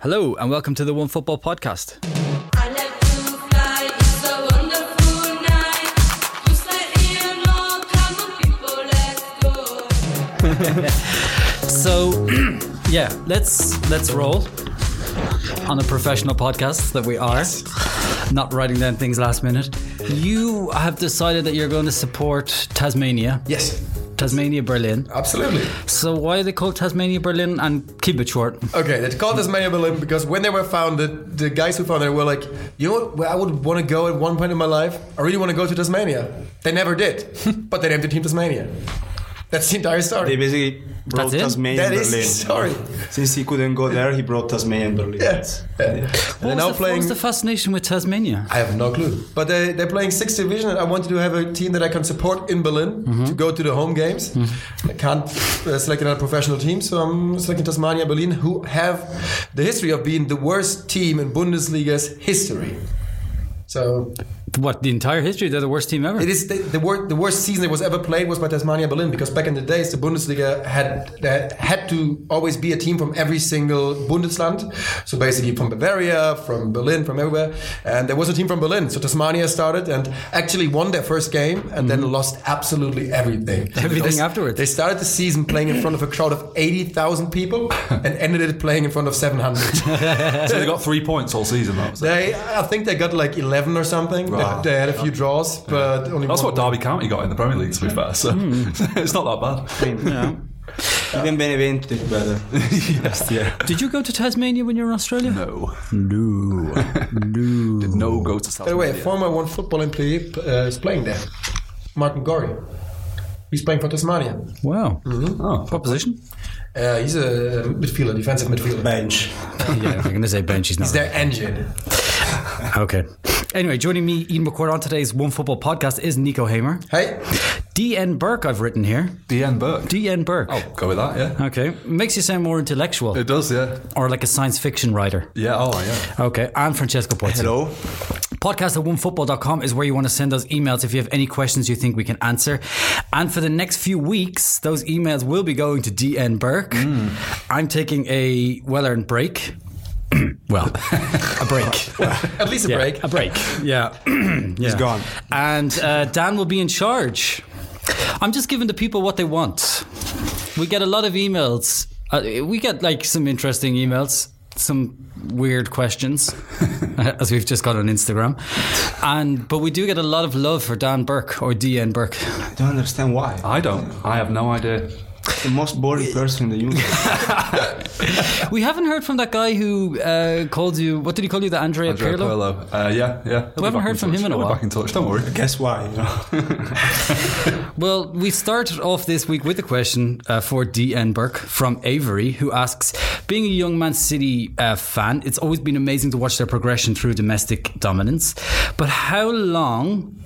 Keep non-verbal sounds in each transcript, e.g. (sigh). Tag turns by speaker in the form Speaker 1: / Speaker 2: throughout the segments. Speaker 1: Hello and welcome to the One Football Podcast.
Speaker 2: I like to fly, it's a wonderful night. Just let Ian know, come on people, let's go.
Speaker 1: So, (clears throat) yeah, let's let's roll on a professional podcast that we are, not writing down things last minute. You have decided that you're going to support Tasmania,
Speaker 3: Yes,
Speaker 1: Tasmania Berlin.
Speaker 3: absolutely.
Speaker 1: So why are they called Tasmania Berlin? And keep it short.
Speaker 3: Okay, they're called Tasmania Berlin because when they were founded, the guys who founded it were like, you know what, where I would want to go at one point in my life? I really want to go to Tasmania. They never did, but they named the team Tasmania. That's the entire
Speaker 4: They
Speaker 3: story.
Speaker 4: basically brought
Speaker 1: it?
Speaker 4: Tasmania
Speaker 3: That
Speaker 4: and
Speaker 3: is the
Speaker 4: Berlin.
Speaker 3: story.
Speaker 4: Since he couldn't go there, he brought Tasmania and Berlin.
Speaker 3: Yes. Yeah. And they're
Speaker 1: What's
Speaker 3: now
Speaker 1: the,
Speaker 3: playing.
Speaker 1: what's the fascination with Tasmania?
Speaker 3: I have no clue. But they, they're playing sixth division, and I wanted to have a team that I can support in Berlin to go to the home games. I can't uh, select another professional team, so I'm selecting Tasmania Berlin, who have the history of being the worst team in Bundesliga's history. So
Speaker 1: What the entire history? They're the worst team ever.
Speaker 3: it is the, the, wor- the worst season that was ever played was by Tasmania Berlin because back in the days the Bundesliga had that had to always be a team from every single Bundesland, so basically from Bavaria, from Berlin, from everywhere, and there was a team from Berlin. So Tasmania started and actually won their first game and then lost absolutely everything.
Speaker 1: Everything
Speaker 3: They s-
Speaker 1: afterwards.
Speaker 3: They started the season playing in front of a crowd of eighty thousand people and ended it playing in front of seven hundred.
Speaker 5: So they got three points all season. That was it.
Speaker 3: they, I think they got like eleven or something. They-
Speaker 5: Wow.
Speaker 3: They, had a few draws, but only
Speaker 5: That's
Speaker 3: one
Speaker 5: what Derby County got in the Premier League, to be fair. So
Speaker 1: Hmm.
Speaker 5: (laughs) it's not that bad.
Speaker 4: Even Benevento did better.
Speaker 5: yes, yeah.
Speaker 1: Did you go to Tasmania when you were in Australia?
Speaker 5: No. No. (laughs) Did no go to South
Speaker 3: By the way, a former one football employee uh, is playing there. Martin Gory. He's playing for Tasmania.
Speaker 1: Wow.
Speaker 3: Mm-hmm.
Speaker 1: Oh, proposition? (laughs)
Speaker 3: Uh, he's a midfielder, defensive midfielder.
Speaker 4: Bench.
Speaker 1: yeah, I'm going to say bench. He's not.
Speaker 3: He's their engine.
Speaker 1: Okay. Anyway, joining me, Ian McCord, on today's One Football podcast is Nico Hamer.
Speaker 3: Hey,
Speaker 1: DN Burke, I've written here.
Speaker 5: DN Burke.
Speaker 1: DN Burke.
Speaker 5: oh, go with that, yeah.
Speaker 1: Okay. Makes you sound more intellectual
Speaker 5: It does, yeah.
Speaker 1: or like a science fiction writer.
Speaker 5: Yeah, oh, yeah.
Speaker 1: Okay. I'm Francesco Pozzi.
Speaker 4: Hello.
Speaker 1: Podcast at onefootball.com is where you want to send us emails if you have any questions you think we can answer. And for the next few weeks, those emails will be going to DN Burke. I'm taking a well earned break. (clears throat) well, (laughs) a break.
Speaker 3: at least a break.
Speaker 1: A break. (laughs) Yeah. (clears throat) He's
Speaker 4: gone.
Speaker 1: And uh, Dan will be in charge. I'm just giving the people what they want. We get a lot of emails. Uh, we get like some interesting emails, some weird questions, (laughs) as we've just got on Instagram. And but we do get a lot of love for Dan Burke or DN Burke.
Speaker 4: I don't understand why.
Speaker 5: I don't. I have no idea.
Speaker 4: The most boring person in the
Speaker 3: (laughs)
Speaker 4: universe.
Speaker 1: We haven't heard from that guy who uh, called you. What did he call you? The Andrea,
Speaker 5: Andrea
Speaker 1: Pirlo.
Speaker 5: Pirlo. Uh, yeah, yeah.
Speaker 1: We haven't heard from him in a
Speaker 5: He'll be
Speaker 1: while.
Speaker 5: back in touch, don't worry.
Speaker 4: Guess why? You know?
Speaker 1: Well, we started off this week with a question uh, for DN Burke from Avery, who asks Being a young Man City uh, fan, it's always been amazing to watch their progression through domestic dominance. But how long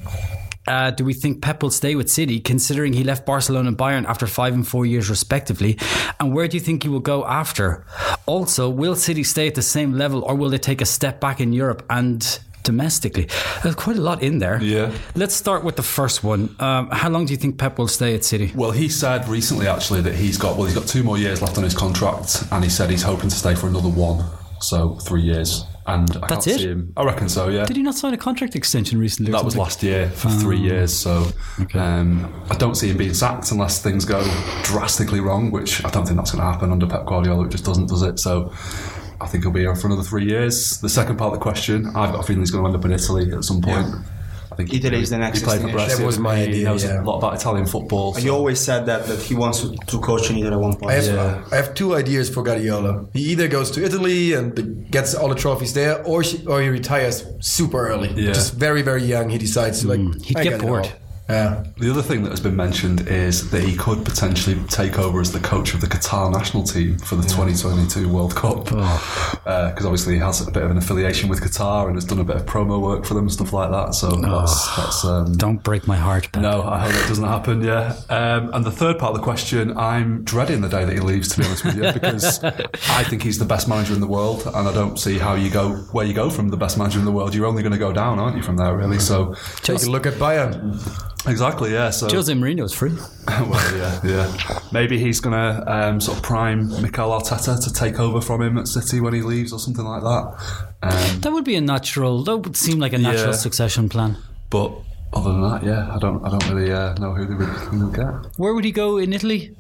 Speaker 1: uh, do we think Pep will stay with City, considering he left Barcelona and Bayern after five and four years, respectively? And where do you think he will go after? Also, will City stay at the same level or will they take a step back in Europe and domestically? There's quite a lot in there.
Speaker 5: Yeah.
Speaker 1: Let's start with the first one. Um, how long do you think Pep will stay at City?
Speaker 5: Well, he said recently, actually, that he's got well, he's got two more years left on his contract, and he said he's hoping to stay for another one, so three years. And I
Speaker 1: That's
Speaker 5: can't
Speaker 1: it?
Speaker 5: see him. I reckon so. Yeah.
Speaker 1: Did he not sign a contract extension recently? or
Speaker 5: That was
Speaker 1: something?
Speaker 5: last year for three years, so um, I don't see him being sacked unless things go drastically wrong, which I don't think that's going to happen under Pep Guardiola. It just doesn't, does it? So I think he'll be here for another three years. The second part of the question, I've got a feeling he's going to end up in Italy at some point. I think he-
Speaker 4: Italy is the next
Speaker 5: He played for
Speaker 4: destination.
Speaker 5: Brescia.
Speaker 3: That was my
Speaker 5: he
Speaker 3: idea,
Speaker 5: knows
Speaker 3: yeah.
Speaker 5: a lot about Italian football.
Speaker 4: he
Speaker 5: so-
Speaker 4: always said that that he wants to, to coach in Italy at one point.
Speaker 3: I have, I have two ideas for Guardiola. He either goes to Italy and the- gets all the trophies there, or she, or he retires super early,
Speaker 5: Yeah.
Speaker 3: just very very young. He decides to like
Speaker 1: Mm. He'd
Speaker 3: I
Speaker 1: get
Speaker 3: get it
Speaker 1: bored.
Speaker 3: all. Yeah,
Speaker 5: The other thing that has been mentioned is that he could potentially take over as the coach of the Qatar national team for the 2022 World Cup. Because obviously he has a bit of an affiliation with Qatar and has done a bit of promo work for them and stuff like that. So that's. that's um,
Speaker 1: Don't break my heart, Pep.
Speaker 5: no, I hope that doesn't happen, yeah. Um, and the third part of the question, I'm dreading the day that he leaves, to be honest with you, because I think he's the best manager in the world, and I don't see how you go, where you go from the best manager in the world. You're only going to go down, aren't you, from there, really? So
Speaker 3: take a look at Bayern.
Speaker 5: Exactly, yeah. So
Speaker 1: Jose Mourinho's free.
Speaker 5: (laughs) well, yeah, yeah. Maybe he's gonna um, sort of prime Mikel Arteta to take over from him at City when he leaves or something like that. Um,
Speaker 1: That would be a natural. That would seem like a natural
Speaker 5: Yeah.
Speaker 1: succession plan.
Speaker 5: but other than that, yeah, I don't, I don't really uh, know who they would who they'll get.
Speaker 1: Where would he go in Italy?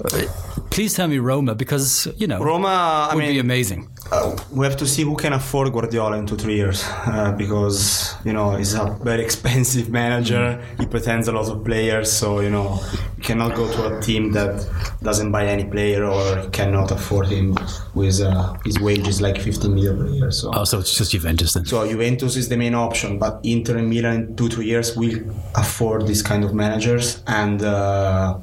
Speaker 1: Please tell me Roma, because you know
Speaker 4: Roma, I
Speaker 1: would be
Speaker 4: mean,
Speaker 1: amazing.
Speaker 4: uh, we have to see who can afford Guardiola in two, three years uh, because, you know, he's a very (laughs) expensive manager. He pretends a lot of players, so, you know, you cannot go to a team that doesn't buy any player or cannot afford him with uh, his wages like 15 million per year. So.
Speaker 1: Oh, so it's just Juventus then.
Speaker 4: So Juventus is the main option, but Inter and Milan in two three years will afford these kind of managers, and uh,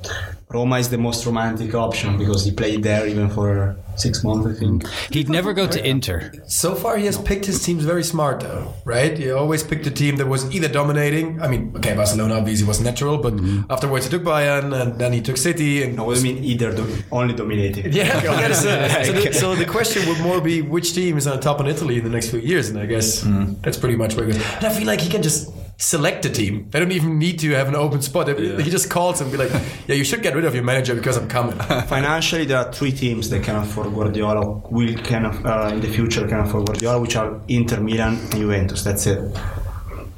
Speaker 4: Roma is the most romantic option because he played there even for six months, I think.
Speaker 1: He'd never go to Inter.
Speaker 3: So far, he has picked his teams very smart, though, right? He always picked a team that was either dominating. I mean, okay, Barcelona obviously was natural, but afterwards he took Bayern and then he took City. And
Speaker 4: No, what do you mean either dom- only
Speaker 3: (laughs)
Speaker 4: dominating?
Speaker 3: yeah, I guess, uh, so, the, so the question would more be which team is on top in Italy in the next few years, and I guess that's pretty much where it goes. And I feel like he can just select a team. They don't even need to have an open spot. They- He just calls and be like, "Yeah, you should get rid of your manager because I'm (laughs) coming."
Speaker 4: Financially, there are three teams that can afford Guardiola, will can aff- uh, in the future can afford Guardiola, which are Inter, Milan, and Juventus. That's it.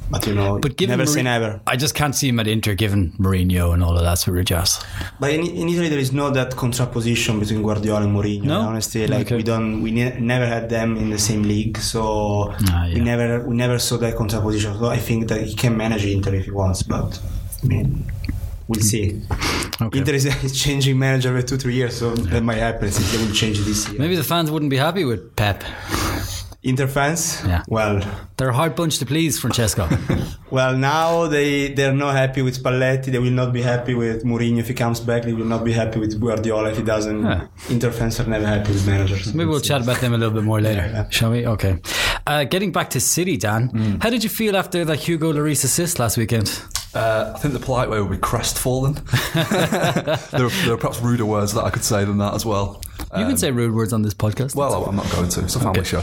Speaker 4: But you know,
Speaker 1: But given
Speaker 4: never say
Speaker 1: Mourin-
Speaker 4: never.
Speaker 1: I just can't see him at Inter, given Mourinho and all of that sort of jazz.
Speaker 4: But in, in Italy, there is no that contraposition between Guardiola and Mourinho.
Speaker 1: No?
Speaker 4: in honesty, like
Speaker 1: Okay.
Speaker 4: we don't, we ne- never had them in the same league, so
Speaker 1: Ah,
Speaker 4: we
Speaker 1: yeah.
Speaker 4: never, we never saw that contraposition. So I think that he can manage Inter if he wants, but I mean, we'll see.
Speaker 1: Okay.
Speaker 4: Inter is, is (laughs) changing manager every two, three years, so that might happen. I think they will change this year.
Speaker 1: Maybe the fans wouldn't be happy with Pep.
Speaker 4: Inter fans,
Speaker 1: Yeah.
Speaker 4: well,
Speaker 1: They're a hard bunch to please, Francesco.
Speaker 4: well, now they they're not happy with Spalletti. They will not be happy with Mourinho if he comes back. They will not be happy with Guardiola if he doesn't.
Speaker 1: Yeah.
Speaker 4: Inter fans are never happy with managers.
Speaker 1: Maybe we'll
Speaker 4: It's-
Speaker 1: chat about them a little bit more later, shall we? Okay. Uh, getting back to City, Dan,
Speaker 5: Mm.
Speaker 1: how did you feel after that Hugo Lloris assist last weekend?
Speaker 5: Uh, I think the polite way would be (laughs) crestfallen. there, are, there are perhaps ruder words that I could say than that as well.
Speaker 1: You can say rude words on this podcast.
Speaker 5: Um, Well, I'm not going to. It's a family (laughs) show.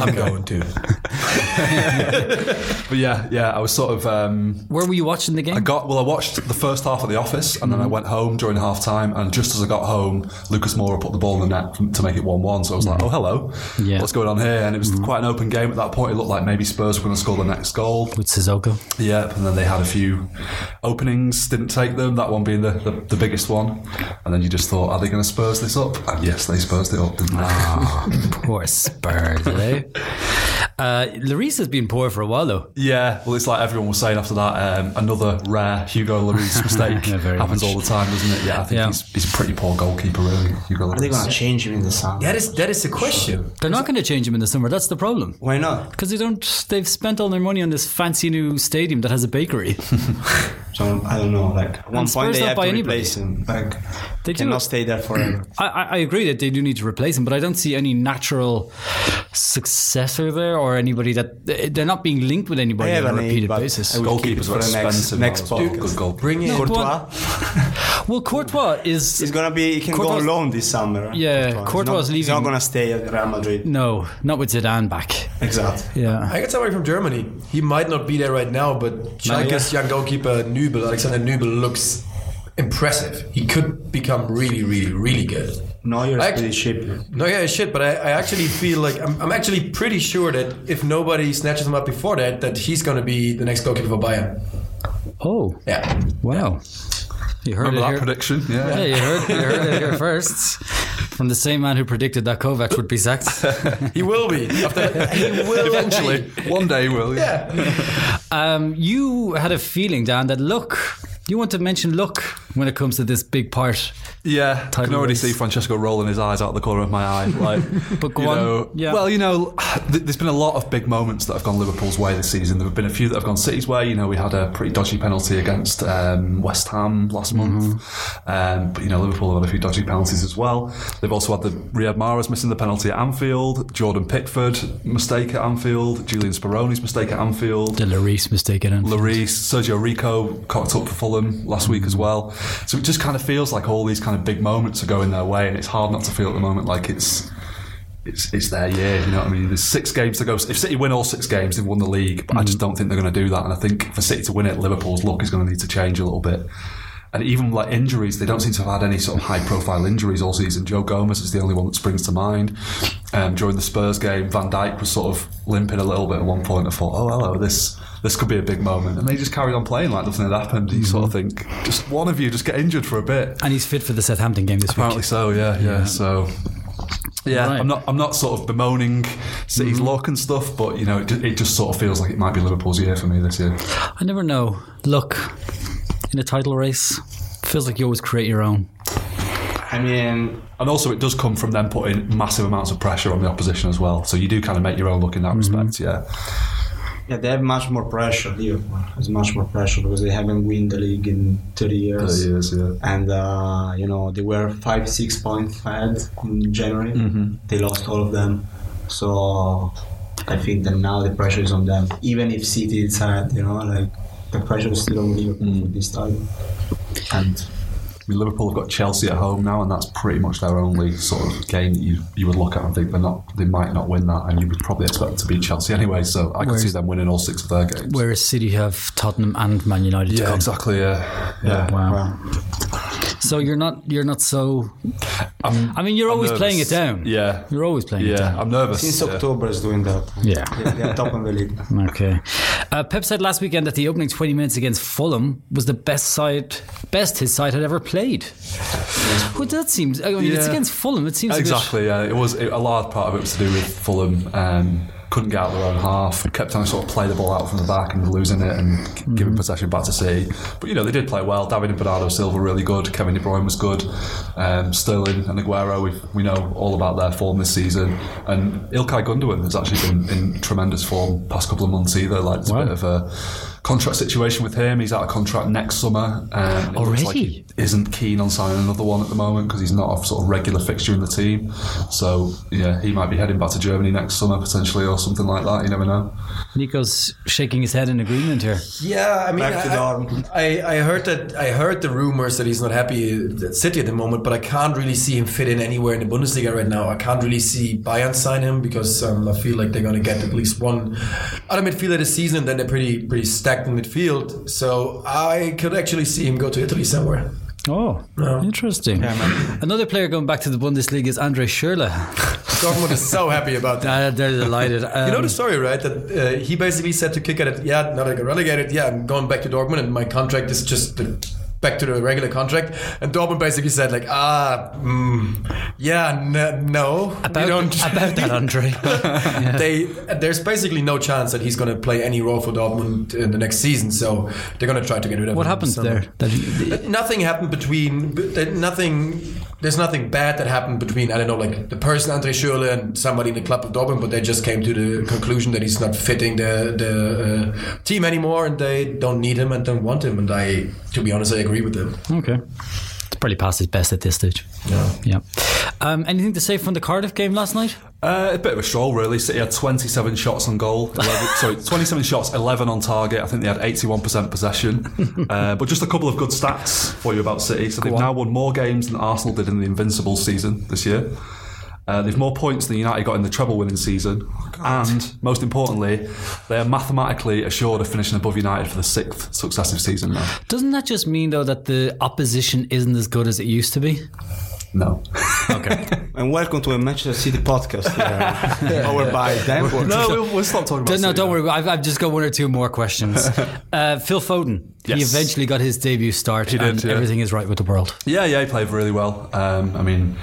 Speaker 3: I'm going to.
Speaker 5: (laughs) But yeah, yeah, I was sort of. Um,
Speaker 1: Where were you watching the game?
Speaker 5: I got well. I watched the first half of The Office, and then I went home during half time. And just as I got home, Lucas Moura put the ball in the net f- to make it one-one. So I was like, "Oh, hello,
Speaker 1: Yeah.
Speaker 5: what's going on here?" And it was quite an open game at that point. It looked like maybe Spurs were going to score the next goal.
Speaker 1: with Sissoko.
Speaker 5: Yep, and then they had a few openings, didn't take them. That one being the, the, the biggest one. And then you just thought, "Are they going to Spurs this up?" And yes, they Spurs it up. Didn't they?
Speaker 1: Poor Spurs,
Speaker 5: (laughs)
Speaker 1: eh? Uh, Lloris has been poor for a while, though.
Speaker 5: Yeah, well, it's like everyone was saying after that. Um, another rare Hugo Lloris (laughs) mistake
Speaker 1: Yeah, very
Speaker 5: happens
Speaker 1: much.
Speaker 5: all the time, doesn't it? Yeah, I think
Speaker 1: Yeah.
Speaker 5: He's, he's a pretty poor goalkeeper, really. Hugo
Speaker 4: Are they
Speaker 5: Lloris.
Speaker 4: gonna change him in the summer?
Speaker 3: That is that is the question.
Speaker 1: They're not going to change him in the summer. That's the problem.
Speaker 4: Why not?
Speaker 1: Because they don't. They've spent all their money on this fancy new stadium that has a bakery. (laughs)
Speaker 4: So I don't know. Like at one
Speaker 1: And
Speaker 4: point
Speaker 1: Spurs
Speaker 4: they
Speaker 1: don't
Speaker 4: have to
Speaker 1: buy
Speaker 4: replace him. Like
Speaker 1: They
Speaker 4: they
Speaker 1: do.
Speaker 4: cannot stay there
Speaker 1: (clears throat)
Speaker 4: forever.
Speaker 1: I, I I agree that they do need to replace him, but I don't see any natural successor there or anybody that they're not being linked with anybody
Speaker 4: I have
Speaker 1: on a
Speaker 4: an eight,
Speaker 1: repeated
Speaker 4: but
Speaker 1: basis.
Speaker 4: I will keep it
Speaker 5: Goalkeepers
Speaker 4: for
Speaker 5: are
Speaker 4: the next
Speaker 5: expensive.
Speaker 4: next
Speaker 5: as well.
Speaker 4: podcast.
Speaker 5: Good goal.
Speaker 3: Bring in
Speaker 1: No,
Speaker 4: Courtois
Speaker 1: Well, Courtois is
Speaker 4: is gonna be. He can go
Speaker 1: Courtois-
Speaker 4: on loan this summer.
Speaker 1: Yeah, Courtois is
Speaker 4: He's not, He's not
Speaker 1: leaving.
Speaker 4: gonna stay at Real Madrid.
Speaker 1: no, not with Zidane back.
Speaker 4: Exactly.
Speaker 1: Yeah.
Speaker 3: I got somebody from Germany. He might not be there right now, but Schalke's young goalkeeper Nübel, Alexander Nübel, looks impressive. He could become really, really, really good.
Speaker 4: Neuer is
Speaker 3: Like-
Speaker 4: pretty cheap.
Speaker 3: No, yeah, shit. But I, I actually feel like I'm, I'm actually pretty sure that if nobody snatches him up before that, that he's going to be the next goalkeeper for Bayern.
Speaker 1: Oh,
Speaker 3: Yeah.
Speaker 1: wow. You heard
Speaker 5: Remember that
Speaker 1: it here.
Speaker 5: prediction? Yeah.
Speaker 1: Yeah, you heard, you heard it here first from the same man who predicted that Kovac would be
Speaker 5: (laughs)
Speaker 1: sacked.
Speaker 3: He will be. (laughs) After, he will
Speaker 5: Eventually, one day will. Yeah.
Speaker 3: Yeah.
Speaker 1: Um, you had a feeling, Dan, that look. You want to mention luck when it comes to this big part.
Speaker 5: Yeah, I can
Speaker 1: Title
Speaker 5: already
Speaker 1: race.
Speaker 5: see Francesco rolling his eyes out the corner of my
Speaker 1: (laughs)
Speaker 5: eye. Like,
Speaker 1: But go
Speaker 5: you
Speaker 1: on.
Speaker 5: know-
Speaker 1: Yeah.
Speaker 5: Well, you know, th- there's been a lot of big moments that have gone Liverpool's way this season. There have been a few that have gone City's way. You know, we had a pretty dodgy penalty against um, West Ham last
Speaker 1: Mm-hmm.
Speaker 5: month. Um, but you know, Liverpool have had a few dodgy penalties as well. They've also had the Riyad Mahrez missing the penalty at Anfield, Jordan Pickford mistake at Anfield, Julian Speroni's mistake at Anfield.
Speaker 1: The Lloris mistake, in.
Speaker 5: Lloris, Sergio Rico cocked up for Fulham last week as well. So it just kind of feels like all these kind of big moments are going their way, and it's hard not to feel at the moment like it's it's, it's their year. You know what I mean? There's six games to go. If City win all six games, they've won the league. But I just don't think they're going to do that. And I think for City to win it, Liverpool's luck is going to need to change a little bit. And even like injuries, they don't seem to have had any sort of high-profile injuries all season. Joe Gomez is the only one that springs to mind. Um, during the Spurs game, Van Dijk was sort of limping a little bit at one point. I thought, oh hello, this this could be a big moment, and they just carried on playing like nothing had happened. You sort of think, just one of you just get injured for a bit.
Speaker 1: And he's fit for the Southampton game this
Speaker 5: Apparently
Speaker 1: week.
Speaker 5: so, yeah, yeah. So, yeah,
Speaker 1: Right. Mm-hmm.
Speaker 5: I'm not, I'm not sort of bemoaning City's luck and stuff, but you know, it, ju- it just sort of feels like it might be Liverpool's year for me this year.
Speaker 1: I never know. Look, in a title race, feels like you always create your own.
Speaker 4: I mean,
Speaker 5: And also, it does come from them putting massive amounts of pressure on the opposition as well. So you do kind of make your own look in that
Speaker 1: Mm-hmm.
Speaker 5: respect, yeah.
Speaker 4: yeah, they have much more pressure. Liverpool has much more pressure because they haven't won the league in 30 years.
Speaker 5: Thirty years, yeah.
Speaker 4: And uh, you know they were five, six points ahead in January.
Speaker 5: Mm-hmm.
Speaker 4: They lost all of them, so I think that now the pressure is on them. Even if City is ahead, you know, like the pressure is still on Liverpool
Speaker 5: Mm.
Speaker 4: for this time. And
Speaker 5: I mean, Liverpool have got Chelsea at home now, and that's pretty much their only sort of game that you, you would look at and think they're not they might not win that, and you would probably expect it to be Chelsea anyway. So I could
Speaker 1: Whereas-
Speaker 5: see them winning all six of their games.
Speaker 1: Whereas City have Tottenham and Man United to
Speaker 5: yeah,
Speaker 1: come.
Speaker 5: exactly. Yeah, yeah.
Speaker 1: Wow.
Speaker 4: well,
Speaker 1: So you're not you're not so.
Speaker 5: I'm-
Speaker 1: I mean, you're
Speaker 5: I'm
Speaker 1: always playing it
Speaker 5: nervous.
Speaker 1: down.
Speaker 5: Yeah,
Speaker 1: You're always playing it
Speaker 5: yeah.
Speaker 1: down.
Speaker 5: I'm nervous.
Speaker 4: since
Speaker 5: yeah.
Speaker 4: October is doing that.
Speaker 1: Yeah.
Speaker 4: They- they are top of the league.
Speaker 1: Okay. Uh, Pep said last weekend that the opening 20 minutes against Fulham was the best side, best his side had ever played. Well, that seems. I mean, it's
Speaker 5: Yeah.
Speaker 1: against Fulham. It seems a bit-
Speaker 5: Exactly. Yeah, it was it, a large part of it was to do with Fulham. Um, couldn't get out of their own half. Kept trying to sort of play the ball out from the back and losing it and g- giving possession back to City. But you know they did play well. David and Bernardo Silva really good. Kevin De Bruyne was good. Um, Sterling and Aguero we we know all about their form this season. And Ilkay Gundogan has actually been in tremendous form past couple of months either. Like it's a bit of a contract situation with him. He's out of contract next summer. Um, and it looks like
Speaker 1: Already?
Speaker 5: he- isn't keen on signing another one at the moment because he's not a sort of regular fixture in the team. So yeah, he might be heading back to Germany next summer potentially or something like that. You never know.
Speaker 1: Nico's shaking his head in agreement here.
Speaker 3: Yeah, I mean,
Speaker 4: Back to
Speaker 3: I-
Speaker 4: Dortmund.
Speaker 3: I, I heard that I heard the rumors that he's not happy at City at the moment, but I can't really see him fit in anywhere in the Bundesliga right now. I can't really see Bayern sign him because um, I feel like they're going to get at least one other midfielder this season. and Then they're pretty pretty stacked in midfield, so I could actually see him go to Italy somewhere.
Speaker 1: Oh, interesting. Another player going back to the Bundesliga is Andre Schürrle.
Speaker 3: Dortmund is so happy about that.
Speaker 1: Uh, they're delighted. Um,
Speaker 3: You know the story, right? That uh, he basically said to kick at it, yeah, now that I got relegated, yeah, I'm going back to Dortmund, and my contract is just the, back to the regular contract. And Dortmund basically said, like, ah, mm, yeah, n- no, we
Speaker 1: about,
Speaker 3: don't. (laughs)
Speaker 1: about that, Andre.
Speaker 3: they there's basically no chance that he's going to play any role for Dortmund in the next season. So they're going to try to get rid of him.
Speaker 1: what happened
Speaker 3: So-
Speaker 1: there? That-
Speaker 3: Nothing happened between. but there- Nothing. There's nothing bad that happened between. I don't know, like the person Andre Schürrle and somebody in the club of Dortmund, but they just came to the conclusion that he's not fitting the the uh, team anymore, and they don't need him and don't want him. And I, to be honest, I agree with them.
Speaker 1: okay. It's probably past his best at this stage.
Speaker 3: Yeah.
Speaker 1: Yeah. Um, anything to say from the Cardiff game last night?
Speaker 5: Uh, a bit of a stroll, really. City had 27 shots on goal. 11, (laughs) sorry, 27 shots, 11 on target. I think they had 81% (laughs) possession. Uh, but just a couple of good stats for you about City. So they've now won more games than Arsenal did in the Invincible season this year. Uh, they've more points than United got in the treble winning season. and most importantly, they are mathematically assured of finishing above United for the sixth successive season (laughs) now.
Speaker 1: Doesn't that just mean though that the opposition isn't as good as it used to be?
Speaker 5: No.
Speaker 4: (laughs) And welcome to a Manchester City podcast. (laughs) Here, powered by
Speaker 1: (laughs)
Speaker 4: Danforth.
Speaker 5: no, we'll, we'll stop talking about
Speaker 1: no,
Speaker 5: City
Speaker 1: don't
Speaker 5: now.
Speaker 1: worry. I've, I've just got one or two more questions. uh, Phil Foden. He
Speaker 5: Yes.
Speaker 1: eventually got his debut start,
Speaker 5: did,
Speaker 1: and
Speaker 5: yeah.
Speaker 1: everything is right with the world.
Speaker 5: Yeah, yeah, he played really well. Um, I mean,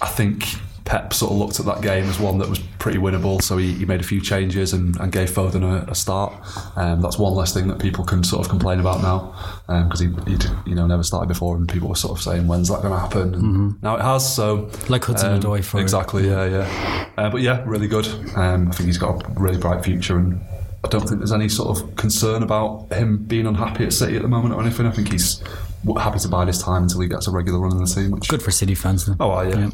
Speaker 5: I think Pep sort of looked at that game as one that was pretty winnable, so he, he made a few changes and, and gave Foden a, a start. Um, that's one less thing that people can sort of complain about now because he he'd you know never started before, and people were sort of saying when's that going to happen? And Now it has, so
Speaker 1: Like Hudson-Odoi for-
Speaker 5: Um, exactly, yeah, yeah. Uh, but yeah, really good. Um, I think he's got a really bright future and. I don't think there's any sort of concern about him being unhappy at City at the moment or anything. I think he's w- happy to buy his time until he gets a regular run in the team. Which,
Speaker 1: Good for City fans. Then.
Speaker 5: Oh, well, yeah.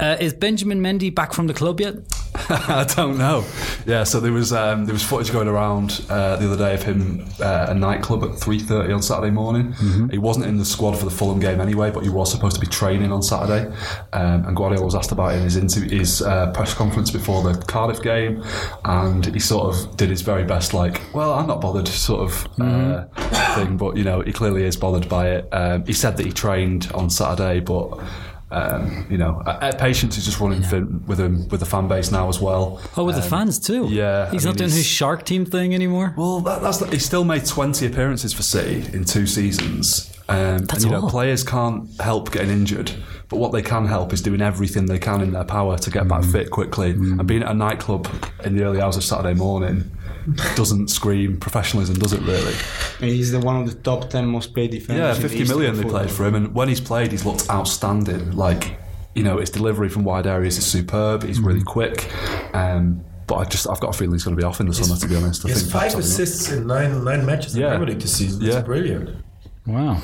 Speaker 1: Uh, is Benjamin Mendy back from the club yet?
Speaker 5: (laughs) I don't know. Yeah, so there was um, there was footage going around uh, the other day of him uh, at a nightclub at three thirty on Saturday morning. He wasn't in the squad for the Fulham game anyway, but he was supposed to be training on Saturday. Um, and Guardiola was asked about it in his interview, his uh, press conference before the Cardiff game, and he sort of did his very best, like, "Well, I'm not bothered," sort of uh, thing. But you know, he clearly is bothered by it. Um, he said that he trained on Saturday, but. Um, you know, uh, uh, patience is just running thin with him with the fan base now as well.
Speaker 1: Oh, with the fans too.
Speaker 5: Um, yeah,
Speaker 1: he's
Speaker 5: I
Speaker 1: not
Speaker 5: mean,
Speaker 1: doing
Speaker 5: he's-
Speaker 1: his Shark Team thing anymore.
Speaker 5: Well, that, that's the, he still made 20 appearances for City in two seasons. Um,
Speaker 1: That's
Speaker 5: and, you know,
Speaker 1: all.
Speaker 5: players can't help getting injured, but what they can help is doing everything they can in their power to get back fit quickly. And being at a nightclub in the early hours of Saturday morning doesn't scream professionalism, does it really?
Speaker 4: And he's the one of the top 10 most paid defenders.
Speaker 5: Yeah,
Speaker 4: in the
Speaker 5: 50
Speaker 4: history
Speaker 5: million
Speaker 4: of
Speaker 5: they
Speaker 4: football.
Speaker 5: played for him, and when he's played, he's looked outstanding. Like, you know, his delivery from wide areas is superb. He's really quick, um, but I just I've got a feeling he's going to be off in the summer. To be honest, I
Speaker 3: He has
Speaker 5: think
Speaker 3: five
Speaker 5: that's something-
Speaker 3: assists in nine nine matches in
Speaker 5: Yeah.
Speaker 3: Premier League this season.
Speaker 5: Yeah.
Speaker 3: That's brilliant.
Speaker 1: Wow,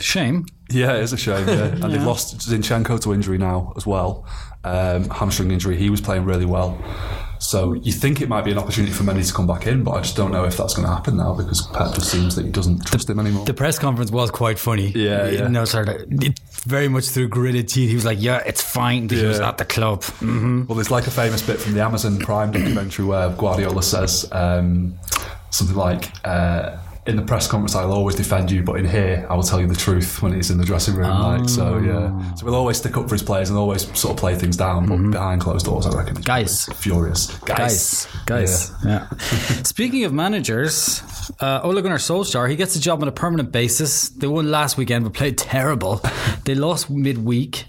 Speaker 1: shame.
Speaker 5: Yeah, it's a shame. Yeah. And they've lost Zinchenko to injury now as well. Um, hamstring injury. He was playing really well. So you think it might be an opportunity for Mendy to come back in, but I just don't know if that's going to happen now because Pep just seems that he doesn't trust him anymore.
Speaker 1: The press conference was quite funny.
Speaker 5: Yeah, yeah.
Speaker 1: No, sorry. It very much through gritted teeth. He was like, "Yeah, it's fine. He was
Speaker 5: Yeah.
Speaker 1: at the club." Mm.
Speaker 5: Well, there's like a famous bit from the Amazon Prime documentary where Guardiola says um, something like, uh, "In the press conference, I'll always defend you, but in here, I will tell you the truth when it's in the dressing room."
Speaker 1: Oh.
Speaker 5: Like, so yeah, so we'll always stick up for his players and always sort of play things down, but behind closed doors, I reckon. he's
Speaker 1: Mm-hmm. Guys.
Speaker 5: probably furious
Speaker 1: Guys, guys. Yeah. (laughs) Speaking of managers, uh, Ole Gunnar Solskjaer, he gets a job on a permanent basis. They won last weekend, but played terrible. They lost midweek.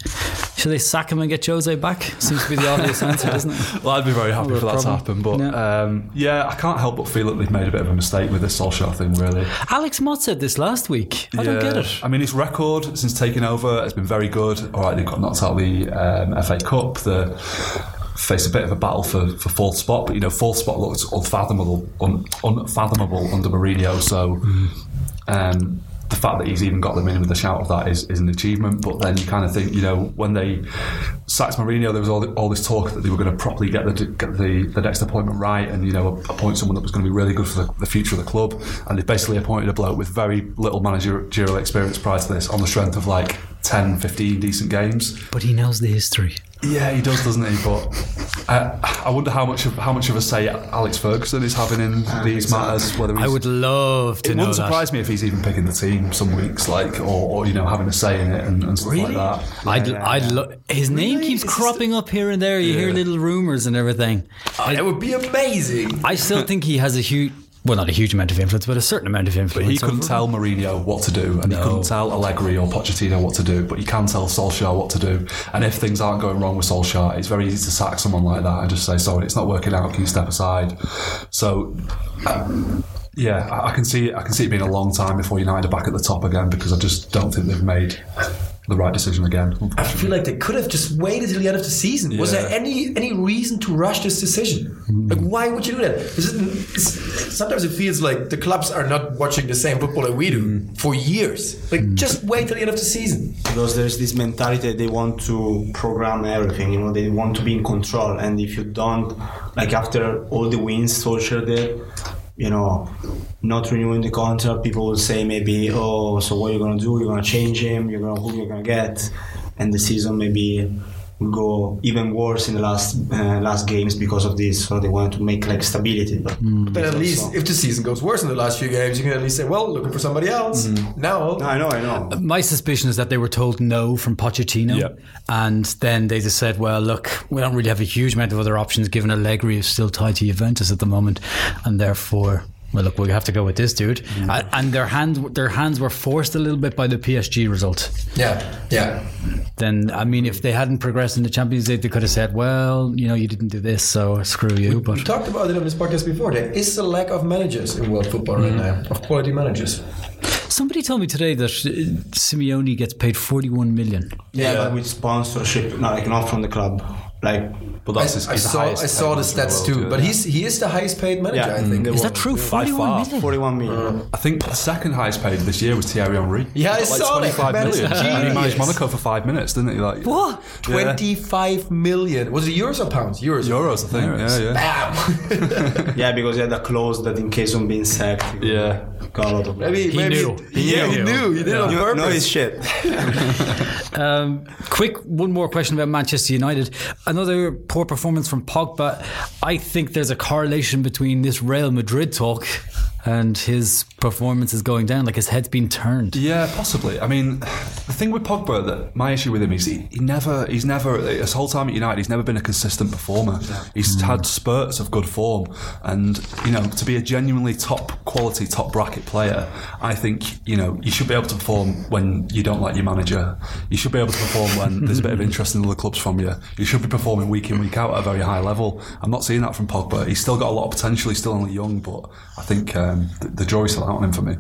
Speaker 1: Should they sack him and get Jose back? Seems to be the obvious answer, doesn't it?
Speaker 5: Well, I'd be very happy
Speaker 1: Not a
Speaker 5: for that to
Speaker 1: problem.
Speaker 5: happen, but
Speaker 1: No.
Speaker 5: um, yeah, I can't help but feel that they've made a bit of a mistake with this Solskjaer thing, really.
Speaker 1: Alex Mott said this last week. I don't
Speaker 5: Yeah.
Speaker 1: get it.
Speaker 5: I mean, his record since taking over has been very good. All right, they got knocked out of the um, FA Cup. The faced a bit of a battle for, for fourth spot, but you know, fourth spot looks unfathomable, un, unfathomable under Mourinho. So.
Speaker 1: Mm.
Speaker 5: Um, the fact that he's even got them in with a shout of that is, is an achievement. But then you kind of think, you know, when they sacked Mourinho, there was all, all this talk that they were going to properly get the get the, the next appointment right, and you know, appoint someone that was going to be really good for the, the future of the club. And they basically appointed a bloke with very little managerial experience prior to this, on the strength of like 10, 15 decent games.
Speaker 1: But he knows the history.
Speaker 5: Yeah, he does, doesn't he? But uh, I wonder how much of how much of a say Alex Ferguson is having in these matters. Whether he's,
Speaker 1: I would love to
Speaker 5: it
Speaker 1: know
Speaker 5: wouldn't
Speaker 1: that.
Speaker 5: surprise me if he's even picking the team some weeks, like or, or you know having a say in it and, and stuff
Speaker 1: Really?
Speaker 5: like that.
Speaker 1: I'd,
Speaker 4: yeah,
Speaker 1: I'd
Speaker 4: yeah.
Speaker 1: lo- his name keeps cropping up here and there. You hear
Speaker 5: Yeah.
Speaker 1: little rumors and everything.
Speaker 3: That would be amazing.
Speaker 1: I still think he has a huge, well, not a huge amount of influence, but a certain amount of influence.
Speaker 5: He couldn't
Speaker 1: over-
Speaker 5: tell Mourinho what to do, and he couldn't tell Allegri or Pochettino what to do, but he can tell Solskjaer what to do. And if things aren't going wrong with Solskjaer, it's very easy to sack someone like that and just say, "Sorry, it's not working out. Can you step aside?" So. um, yeah, I, I can see. I can see it being a long time before United are back at the top again because I just don't think they've made the right decision again.
Speaker 3: I feel like they could have just waited till the end of the season. Was
Speaker 5: Yeah.
Speaker 3: there any any reason to rush this decision? Like, why would you do that? This is- it's- sometimes it feels like the clubs are not watching the same football that we do for years. Like, just wait till the end of the season.
Speaker 4: Because there's this mentality that they want to program everything, you know, they want to be in control. And if you don't, like after all the wins Solskjaer did, you know, not renewing the contract, people will say maybe, oh, so what are you going to do? You're going to change him, you're going to, who you're going to get. And the season maybe will go even worse in the last uh, last games because of this. So they want to make like stability. But
Speaker 3: But at
Speaker 4: it's
Speaker 3: least
Speaker 4: also-
Speaker 3: if the season goes worse in the last few games, you can at least say, well, looking for somebody else. Now,
Speaker 4: I know, I know.
Speaker 1: My suspicion is that they were told no from Pochettino,
Speaker 5: Yeah.
Speaker 1: and then they just said, "Well, look, we don't really have a huge amount of other options, given Allegri is still tied to Juventus at the moment, and therefore." Well, look, we have to go with this dude,
Speaker 4: Mm.
Speaker 1: A- and their hand, their hands were forced a little bit by the PSG result.
Speaker 3: yeah, yeah.
Speaker 1: Then, I mean, if they hadn't progressed in the Champions League, they could have said, "Well, you know, you didn't do this, so screw you." But
Speaker 3: We talked about it on this podcast before. There is a lack of managers in world football right now, of quality managers.
Speaker 1: Somebody told me today that uh, Simeone gets paid 41 million.
Speaker 4: Yeah, but with sponsorship, no, like not from the club. Like
Speaker 5: But that's his,
Speaker 3: I, I
Speaker 5: his
Speaker 3: saw, I
Speaker 5: highest
Speaker 3: saw the
Speaker 5: paid manager in
Speaker 3: stats
Speaker 5: the
Speaker 3: too,
Speaker 5: world, yeah.
Speaker 3: but he's he is the highest paid manager,
Speaker 4: Yeah.
Speaker 3: I think.
Speaker 4: Mm.
Speaker 3: Yeah,
Speaker 4: Is
Speaker 1: that true?
Speaker 4: By
Speaker 1: 41
Speaker 4: far,
Speaker 1: million?
Speaker 4: 41 million.
Speaker 5: I think the second highest paid this year was Thierry Henry.
Speaker 3: I
Speaker 5: like
Speaker 3: saw that.
Speaker 5: 25
Speaker 3: That is
Speaker 5: million. And he managed
Speaker 3: genius.
Speaker 5: Monaco for five minutes, didn't he? Like
Speaker 1: What?
Speaker 5: Yeah.
Speaker 3: 25 million. Was it euros or pounds? Euros.
Speaker 5: euros? I think. Yeah,
Speaker 4: (laughs)
Speaker 5: yeah.
Speaker 3: Bam.
Speaker 4: Yeah, because he had a clause that in case of being sacked, he
Speaker 5: Yeah.
Speaker 4: got a lot of
Speaker 3: Maybe,
Speaker 1: He
Speaker 3: maybe-
Speaker 1: knew. He
Speaker 3: yeah,
Speaker 1: knew.
Speaker 3: he knew. He did it on
Speaker 4: You
Speaker 3: purpose.
Speaker 4: know his shit.
Speaker 1: Um, quick, one more question about Manchester United. Another poor performance from Pogba. I think there's a correlation between this Real Madrid talk and his performance is going down. Like his head's been turned.
Speaker 5: Yeah, possibly. I mean, the thing with Pogba that my issue with him is he, he never, he's never, his whole time at United, he's never been a consistent performer. He's had spurts of good form, and you know, to be a genuinely top quality, top bracket player, I think you know you should be able to perform when you don't like your manager. You should be able to perform when there's a bit of interest in other clubs from you. You should be performing week in week out at a very high level. I'm not seeing that from Pogba. He's still got a lot of potential. He's still only young, but I think um, the, the jury's still out on him for me.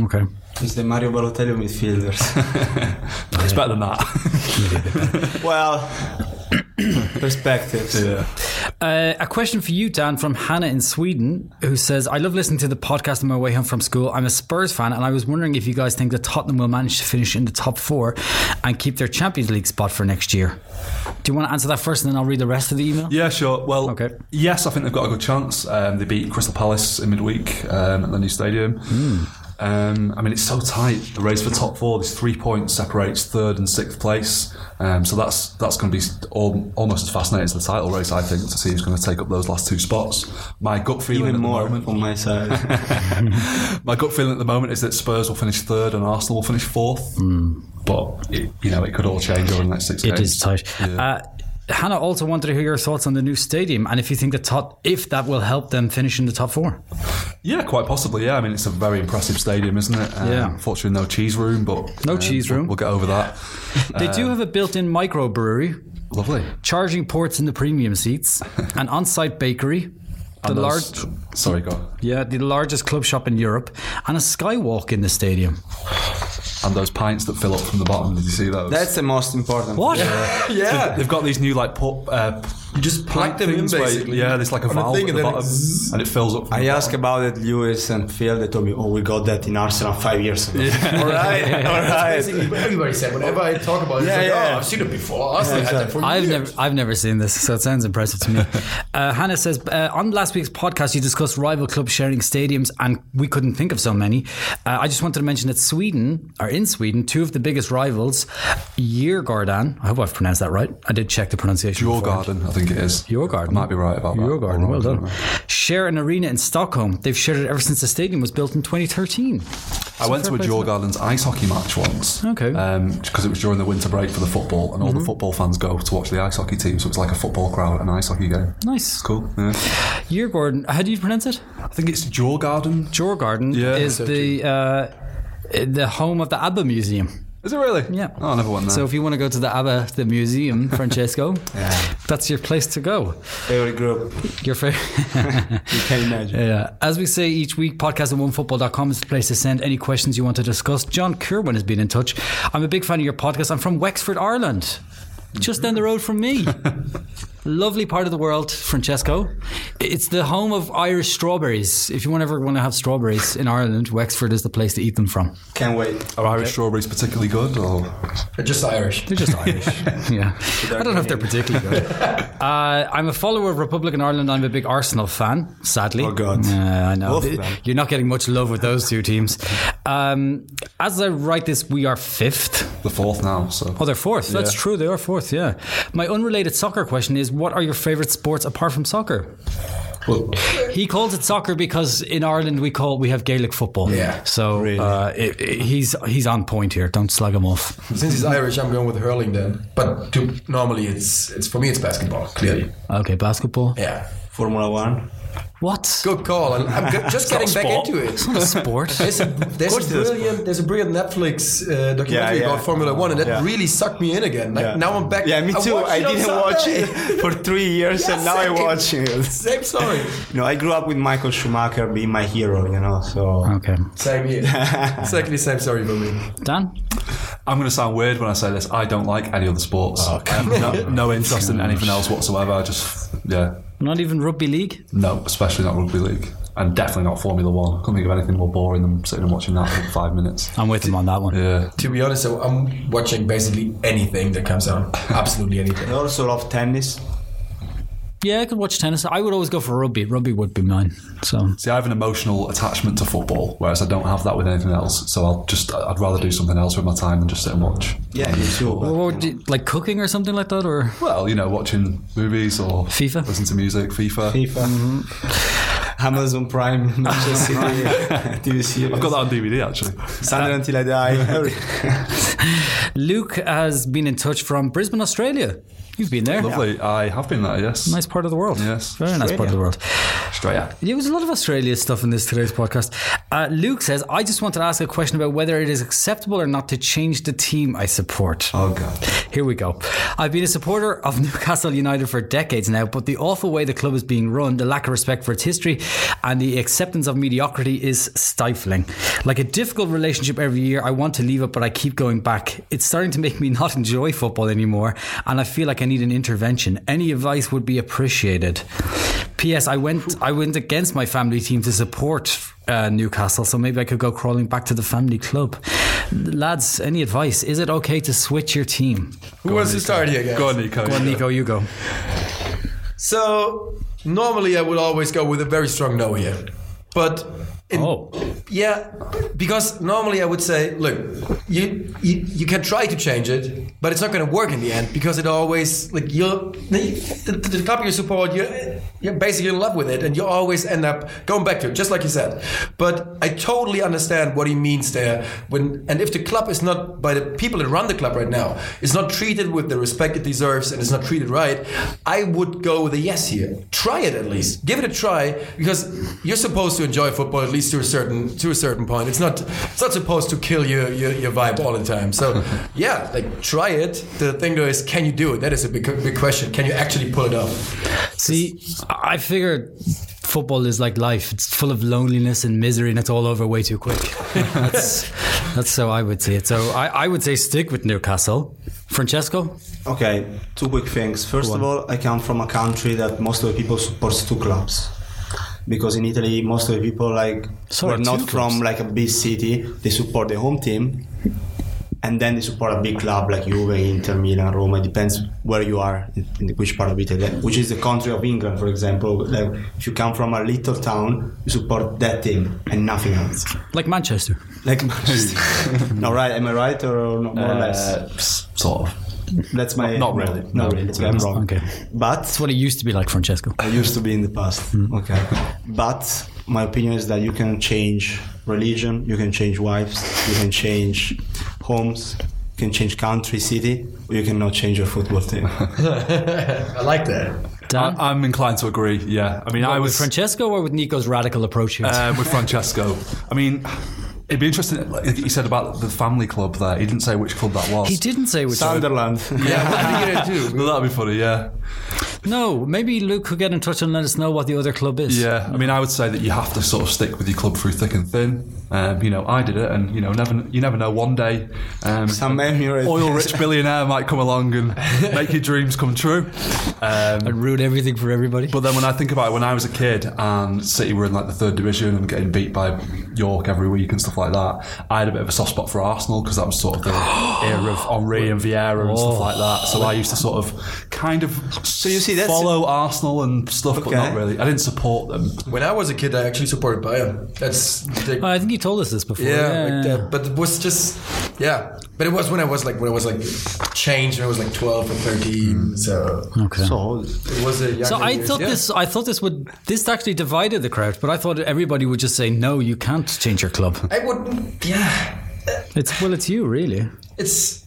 Speaker 1: Okay.
Speaker 4: He's the Mario Balotelli of midfielders.
Speaker 5: It's better than that.
Speaker 4: (laughs) well, perspectives.
Speaker 5: yeah.
Speaker 1: Uh, a question for you, Dan, from Hannah in Sweden, who says, "I love listening to the podcast on my way home from school. I'm a Spurs fan, and I was wondering if you guys think that Tottenham will manage to finish in the top four and keep their Champions League spot for next year." Do you want to answer that first, and then I'll read the rest of the email?
Speaker 5: Yeah, sure. Well,
Speaker 1: Okay.
Speaker 5: yes, I think they've got a good chance. Um, they beat Crystal Palace in midweek um, at the new stadium. Um, I mean, it's so tight. The race for top four, there's three points separates third and sixth place. Um, so that's that's going to be al- almost as fascinating as the title race, I think, to see who's going to take up those last two spots. My gut feeling
Speaker 4: Even
Speaker 5: at
Speaker 4: more
Speaker 5: the moment,
Speaker 4: on my side.
Speaker 5: my gut feeling at the moment is that Spurs will finish third and Arsenal will finish fourth. But it, you know, it could all change over the next six
Speaker 1: It
Speaker 5: games.
Speaker 1: is tight. Uh, Hannah also wanted to hear your thoughts on the new stadium and if you think that tot- if that will help them finish in the top four.
Speaker 5: Yeah, quite possibly. Yeah, I mean, it's a very impressive stadium, isn't it? Um,
Speaker 1: Yeah.
Speaker 5: Unfortunately, no cheese room, but
Speaker 1: No
Speaker 5: um,
Speaker 1: cheese
Speaker 5: we'll-
Speaker 1: room.
Speaker 5: We'll, get over
Speaker 1: (laughs)
Speaker 5: that.
Speaker 1: They do have a built-in microbrewery,
Speaker 5: Lovely.
Speaker 1: charging ports in the premium seats, an on-site bakery, the
Speaker 5: And
Speaker 1: large
Speaker 5: those- Sorry, go. on.
Speaker 1: yeah, the largest club shop in Europe, and a skywalk in the stadium.
Speaker 5: And those pints that fill up from the bottom. Did you see those?
Speaker 4: That's the most important.
Speaker 1: What?
Speaker 3: yeah.
Speaker 5: They've got these new like pop. Uh, you just
Speaker 3: plug them in, basically,
Speaker 5: yeah, there's like a
Speaker 3: on a
Speaker 5: valve
Speaker 3: thing
Speaker 5: at
Speaker 3: and
Speaker 5: the
Speaker 3: then it
Speaker 5: bottom,
Speaker 3: zzz.
Speaker 5: and it fills up. From
Speaker 4: I
Speaker 5: the
Speaker 4: asked about it, Lewis and Phil. They told me, "Oh, we got that in Arsenal five years ago." (laughs) all right, all right.
Speaker 3: Basically, what everybody said whenever I talk about it, it's
Speaker 4: Yeah,
Speaker 3: like,
Speaker 4: yeah.
Speaker 3: oh, I've seen it before. Arsenal had that for
Speaker 1: I've
Speaker 3: years.
Speaker 1: never, I've never seen this, so it sounds impressive
Speaker 5: (laughs)
Speaker 1: to me. Uh, Hannah says uh, on last week's podcast, you discussed rival clubs sharing stadiums, and we couldn't think of so many. Uh, I just wanted to mention that Sweden, or in Sweden, two of the biggest rivals, Djurgården. I hope I've pronounced that right. I did check the pronunciation.
Speaker 5: Your
Speaker 1: before.
Speaker 5: garden, I think it is.
Speaker 1: Your garden.
Speaker 5: I might be right about that.
Speaker 1: Your garden.
Speaker 5: Or
Speaker 1: Well
Speaker 5: wrong, I don't
Speaker 1: done.
Speaker 5: know.
Speaker 1: Share an arena in Stockholm. They've shared it ever since the stadium was built in 2013.
Speaker 5: I went to a
Speaker 1: fair play
Speaker 5: Jor
Speaker 1: to
Speaker 5: Gardens ice hockey match once.
Speaker 1: Okay. Mm-hmm.
Speaker 5: Because it was during the winter break for the football, and all the football fans go to watch the ice hockey team, so it's like a football crowd at an ice hockey game.
Speaker 1: Nice.
Speaker 5: It's cool. Yeah.
Speaker 1: Djurgården. How do you pronounce it?
Speaker 5: I think it's Jor Garden.
Speaker 1: Djurgården
Speaker 5: Yeah,
Speaker 1: is
Speaker 5: so
Speaker 1: the uh, the home of the ABBA Museum.
Speaker 5: Is it really?
Speaker 1: Yeah.
Speaker 5: Oh, I never went there.
Speaker 1: So if you want to go to the ABBA, the museum, Francesco, that's your place to go.
Speaker 4: Favorite group.
Speaker 1: Your favorite.
Speaker 4: You can imagine.
Speaker 1: yeah. As we say each week, podcast at onefootball.com is the place to send any questions you want to discuss. John Kerwin has been in touch. I'm a big fan of your podcast. I'm from Wexford, Ireland, just down the road from me. Lovely part of the world, Francesco. It's the home of Irish strawberries. If you want ever want to have strawberries in Ireland, Wexford is the place to eat them from. (laughs)
Speaker 4: Can't wait.
Speaker 5: Are Irish strawberries particularly good? Or
Speaker 3: They're just Irish.
Speaker 1: They're just Irish. yeah. I don't know if they're particularly good. Uh, I'm a follower of Republican Ireland. I'm a big Arsenal fan, sadly.
Speaker 4: Oh, God.
Speaker 1: Yeah, I know.
Speaker 4: Both of them.
Speaker 1: You're not getting much love with those two teams. Um, as I write this, we are fifth.
Speaker 5: the fourth now? So
Speaker 1: Oh, they're fourth. That's true. They are fourth, yeah. My unrelated soccer question is what are your favourite sports apart from soccer?
Speaker 5: Well,
Speaker 1: He calls it soccer because in Ireland we call we have Gaelic football.
Speaker 3: Yeah,
Speaker 1: So uh, it, it- he's he's on point here. Don't slag him off.
Speaker 3: Since he's Irish, I'm going with hurling then. But to, normally, it's it's for me, it's basketball. Clearly,
Speaker 1: Okay, basketball.
Speaker 3: yeah.
Speaker 4: Formula One.
Speaker 1: What?
Speaker 3: Good call. And I'm g- just getting back
Speaker 4: sport.
Speaker 3: into it.
Speaker 1: What a sport.
Speaker 3: There's a, there's
Speaker 4: course
Speaker 3: a
Speaker 4: it is.
Speaker 3: brilliant there's a brilliant Netflix uh, documentary
Speaker 4: yeah.
Speaker 3: about Formula One, and that
Speaker 4: Yeah.
Speaker 3: really sucked me in again. Like
Speaker 4: Yeah.
Speaker 3: now I'm back.
Speaker 4: Yeah, me too.
Speaker 3: watched
Speaker 4: I,
Speaker 3: on
Speaker 4: didn't watch
Speaker 3: Sunday. (laughs)
Speaker 4: it (laughs) for three years,
Speaker 3: Yeah,
Speaker 4: and now I'm
Speaker 3: same.
Speaker 4: watching it.
Speaker 3: (laughs) Same story.
Speaker 4: You know, I grew up with Michael Schumacher being my hero. You know, so
Speaker 1: Okay.
Speaker 3: (laughs) Same here. exactly same story for me.
Speaker 1: Dan?
Speaker 5: I'm going to sound weird when I say this. I don't like any other sports. I have no, no interest in anything else whatsoever. I just, yeah,
Speaker 1: Not even rugby league.
Speaker 5: no, especially not rugby league. And definitely not Formula One. I couldn't think of anything more boring than sitting and watching that for five minutes.
Speaker 1: I'm with him on that one.
Speaker 5: Yeah.
Speaker 3: To be honest, so I'm watching basically anything that comes on. Absolutely anything.
Speaker 4: I also love tennis.
Speaker 1: Yeah, I could watch tennis. I would always go for rugby. Rugby would be mine. So
Speaker 5: See, I have an emotional attachment to football, whereas I don't have that with anything else. So I'll just, I'd rather do something else with my time than just sit and watch.
Speaker 4: Yeah, me too.
Speaker 1: Well,
Speaker 4: but,
Speaker 1: what
Speaker 4: you
Speaker 1: would you- like cooking or something like that, or
Speaker 5: Well, you know, watching movies or
Speaker 1: FIFA?
Speaker 5: listen to music, FIFA.
Speaker 4: know, FIFA, uh, (laughs) Amazon Prime,
Speaker 5: (laughs)
Speaker 4: Manchester City, (laughs) TV series.
Speaker 5: mm-hmm. I've got that on DVD actually.
Speaker 4: Sunday until I die. Every-
Speaker 1: Luke has been in touch from Brisbane, Australia. You've been there.
Speaker 5: (laughs) Lovely. I have been there. Yes.
Speaker 1: Nice part of the world.
Speaker 5: Yes.
Speaker 1: Very nice part of the world.
Speaker 5: Australia.
Speaker 1: There was a lot of Australia stuff in this today's podcast. Uh, Luke says, I just wanted to ask a question about whether it is acceptable or not to change the team I support.
Speaker 4: oh god.
Speaker 1: Here we go. I've been a supporter of (laughs) Newcastle United for decades now, but the awful way the club is being run, the lack of respect for its history, and the acceptance of mediocrity is stifling. Like a difficult relationship every year, I want to leave it, but I keep going back. It's starting to make me (laughs) not enjoy football anymore, and I feel like I need an intervention. Any advice would be appreciated. P.S. I went I went against my family team to support uh, Newcastle, so maybe I could go crawling back to the family club. Lads, any advice? Is it okay to switch your team?
Speaker 3: Who wants to start here, guys?
Speaker 5: Go on, Nico.
Speaker 1: Well, Nico, you go.
Speaker 3: So normally I would always go with a very strong no here, but in,
Speaker 1: Oh.
Speaker 3: yeah, because normally I would say, look, you you, you can try to change it, but it's not going to work in the end because it always like you're the, the, the club you support, you you're basically in love with it, and you always end up going back to it, just like you said. But I totally understand what he means there when and if the club is not by the people that run the club right now is not treated with the respect it deserves and is not treated right, I would go with a yes here. Try it at least. Give it a try because you're supposed to enjoy football at least to a certain to a certain point. It's not it's not supposed to kill your your, your vibe all the time. So yeah, like try it. The thing though is, can you do it? That is a big big question. Can you actually pull it off?
Speaker 1: See, I figured football is like life. It's full of loneliness and misery, and it's all over way too quick. that's, that's how I would see it. So I, I would say stick with Newcastle. Francesco?
Speaker 4: Okay, two quick things. First of all, I come from a country that most of the people supports two clubs. Because in Italy, most of the people like
Speaker 1: Sorry,
Speaker 4: were not
Speaker 1: two
Speaker 4: from like a big city. They support their home team, and then they support a big club like Juve, Inter, Milan, Roma. It depends where you are, in- in which part of Italy, which is the country of England, for example. Like if you come from a little town, you support that team and nothing else.
Speaker 1: Like Manchester.
Speaker 4: Like (laughs) Manchester. no, right? Am I right or no, more or less?
Speaker 5: Uh, s- sort of.
Speaker 4: That's my
Speaker 5: Not really.
Speaker 4: Not really. I'm wrong.
Speaker 1: Okay.
Speaker 4: But
Speaker 1: That's what it used to be like, Francesco.
Speaker 4: I used to be in the past. Okay. But my opinion is that you can change religion, you can change wives, you can change homes, you can change country, city, or you cannot change your football team.
Speaker 3: I like that.
Speaker 1: Dan?
Speaker 5: I, I'm inclined to agree. Yeah. I mean, I
Speaker 1: with
Speaker 5: was.
Speaker 1: Francesco or with Nico's radical approach here?
Speaker 5: uh, with Francesco. I mean, it'd be interesting. Like he said about the family club there. He didn't say which club that was.
Speaker 1: he
Speaker 5: (laughs)
Speaker 1: didn't say which one.
Speaker 4: Sunderland.
Speaker 3: Yeah, I think it is too.
Speaker 5: Well, that'd be funny. Yeah.
Speaker 1: No, maybe Luke could get in touch and let us know what the other club is.
Speaker 5: Yeah. I mean, I would say that you have to sort of stick with your club through thick and thin. Um, you know, I did it, and you know, never you never know. One day, um,
Speaker 4: Some man you're (laughs)
Speaker 5: oil-rich billionaire might come along and make your dreams come true. Um,
Speaker 1: I'd ruin everything for everybody.
Speaker 5: But then when I think about it, when I was a kid and City were in like the third division and getting beat by York every week and stuff like that, I had a bit of a soft spot for Arsenal because that was sort of
Speaker 1: (gasps)
Speaker 5: the era of Henri and Vieira and stuff like that. So I used to sort of kind of so
Speaker 4: you see, that's-
Speaker 5: follow Arsenal and stuff, but
Speaker 4: Okay.
Speaker 5: not really. I didn't support them.
Speaker 3: When I was a kid, I actually supported Bayern. That's the,
Speaker 1: Oh, I think you told us this before.
Speaker 3: yeah, like uh, that. But it was just yeah. But it was when I was like when I was like changed when I was like twelve or thirteen.
Speaker 4: Mm.
Speaker 3: So
Speaker 1: Okay.
Speaker 4: So,
Speaker 3: it was a.
Speaker 1: So
Speaker 3: younger
Speaker 1: I
Speaker 3: years,
Speaker 1: thought
Speaker 3: yeah.
Speaker 1: this. I thought this would. This actually divided the crowd. But I thought everybody would just say, "No, you can't change your club."
Speaker 3: I wouldn't. Yeah,
Speaker 1: (laughs) It's well, it's you, really.
Speaker 3: it's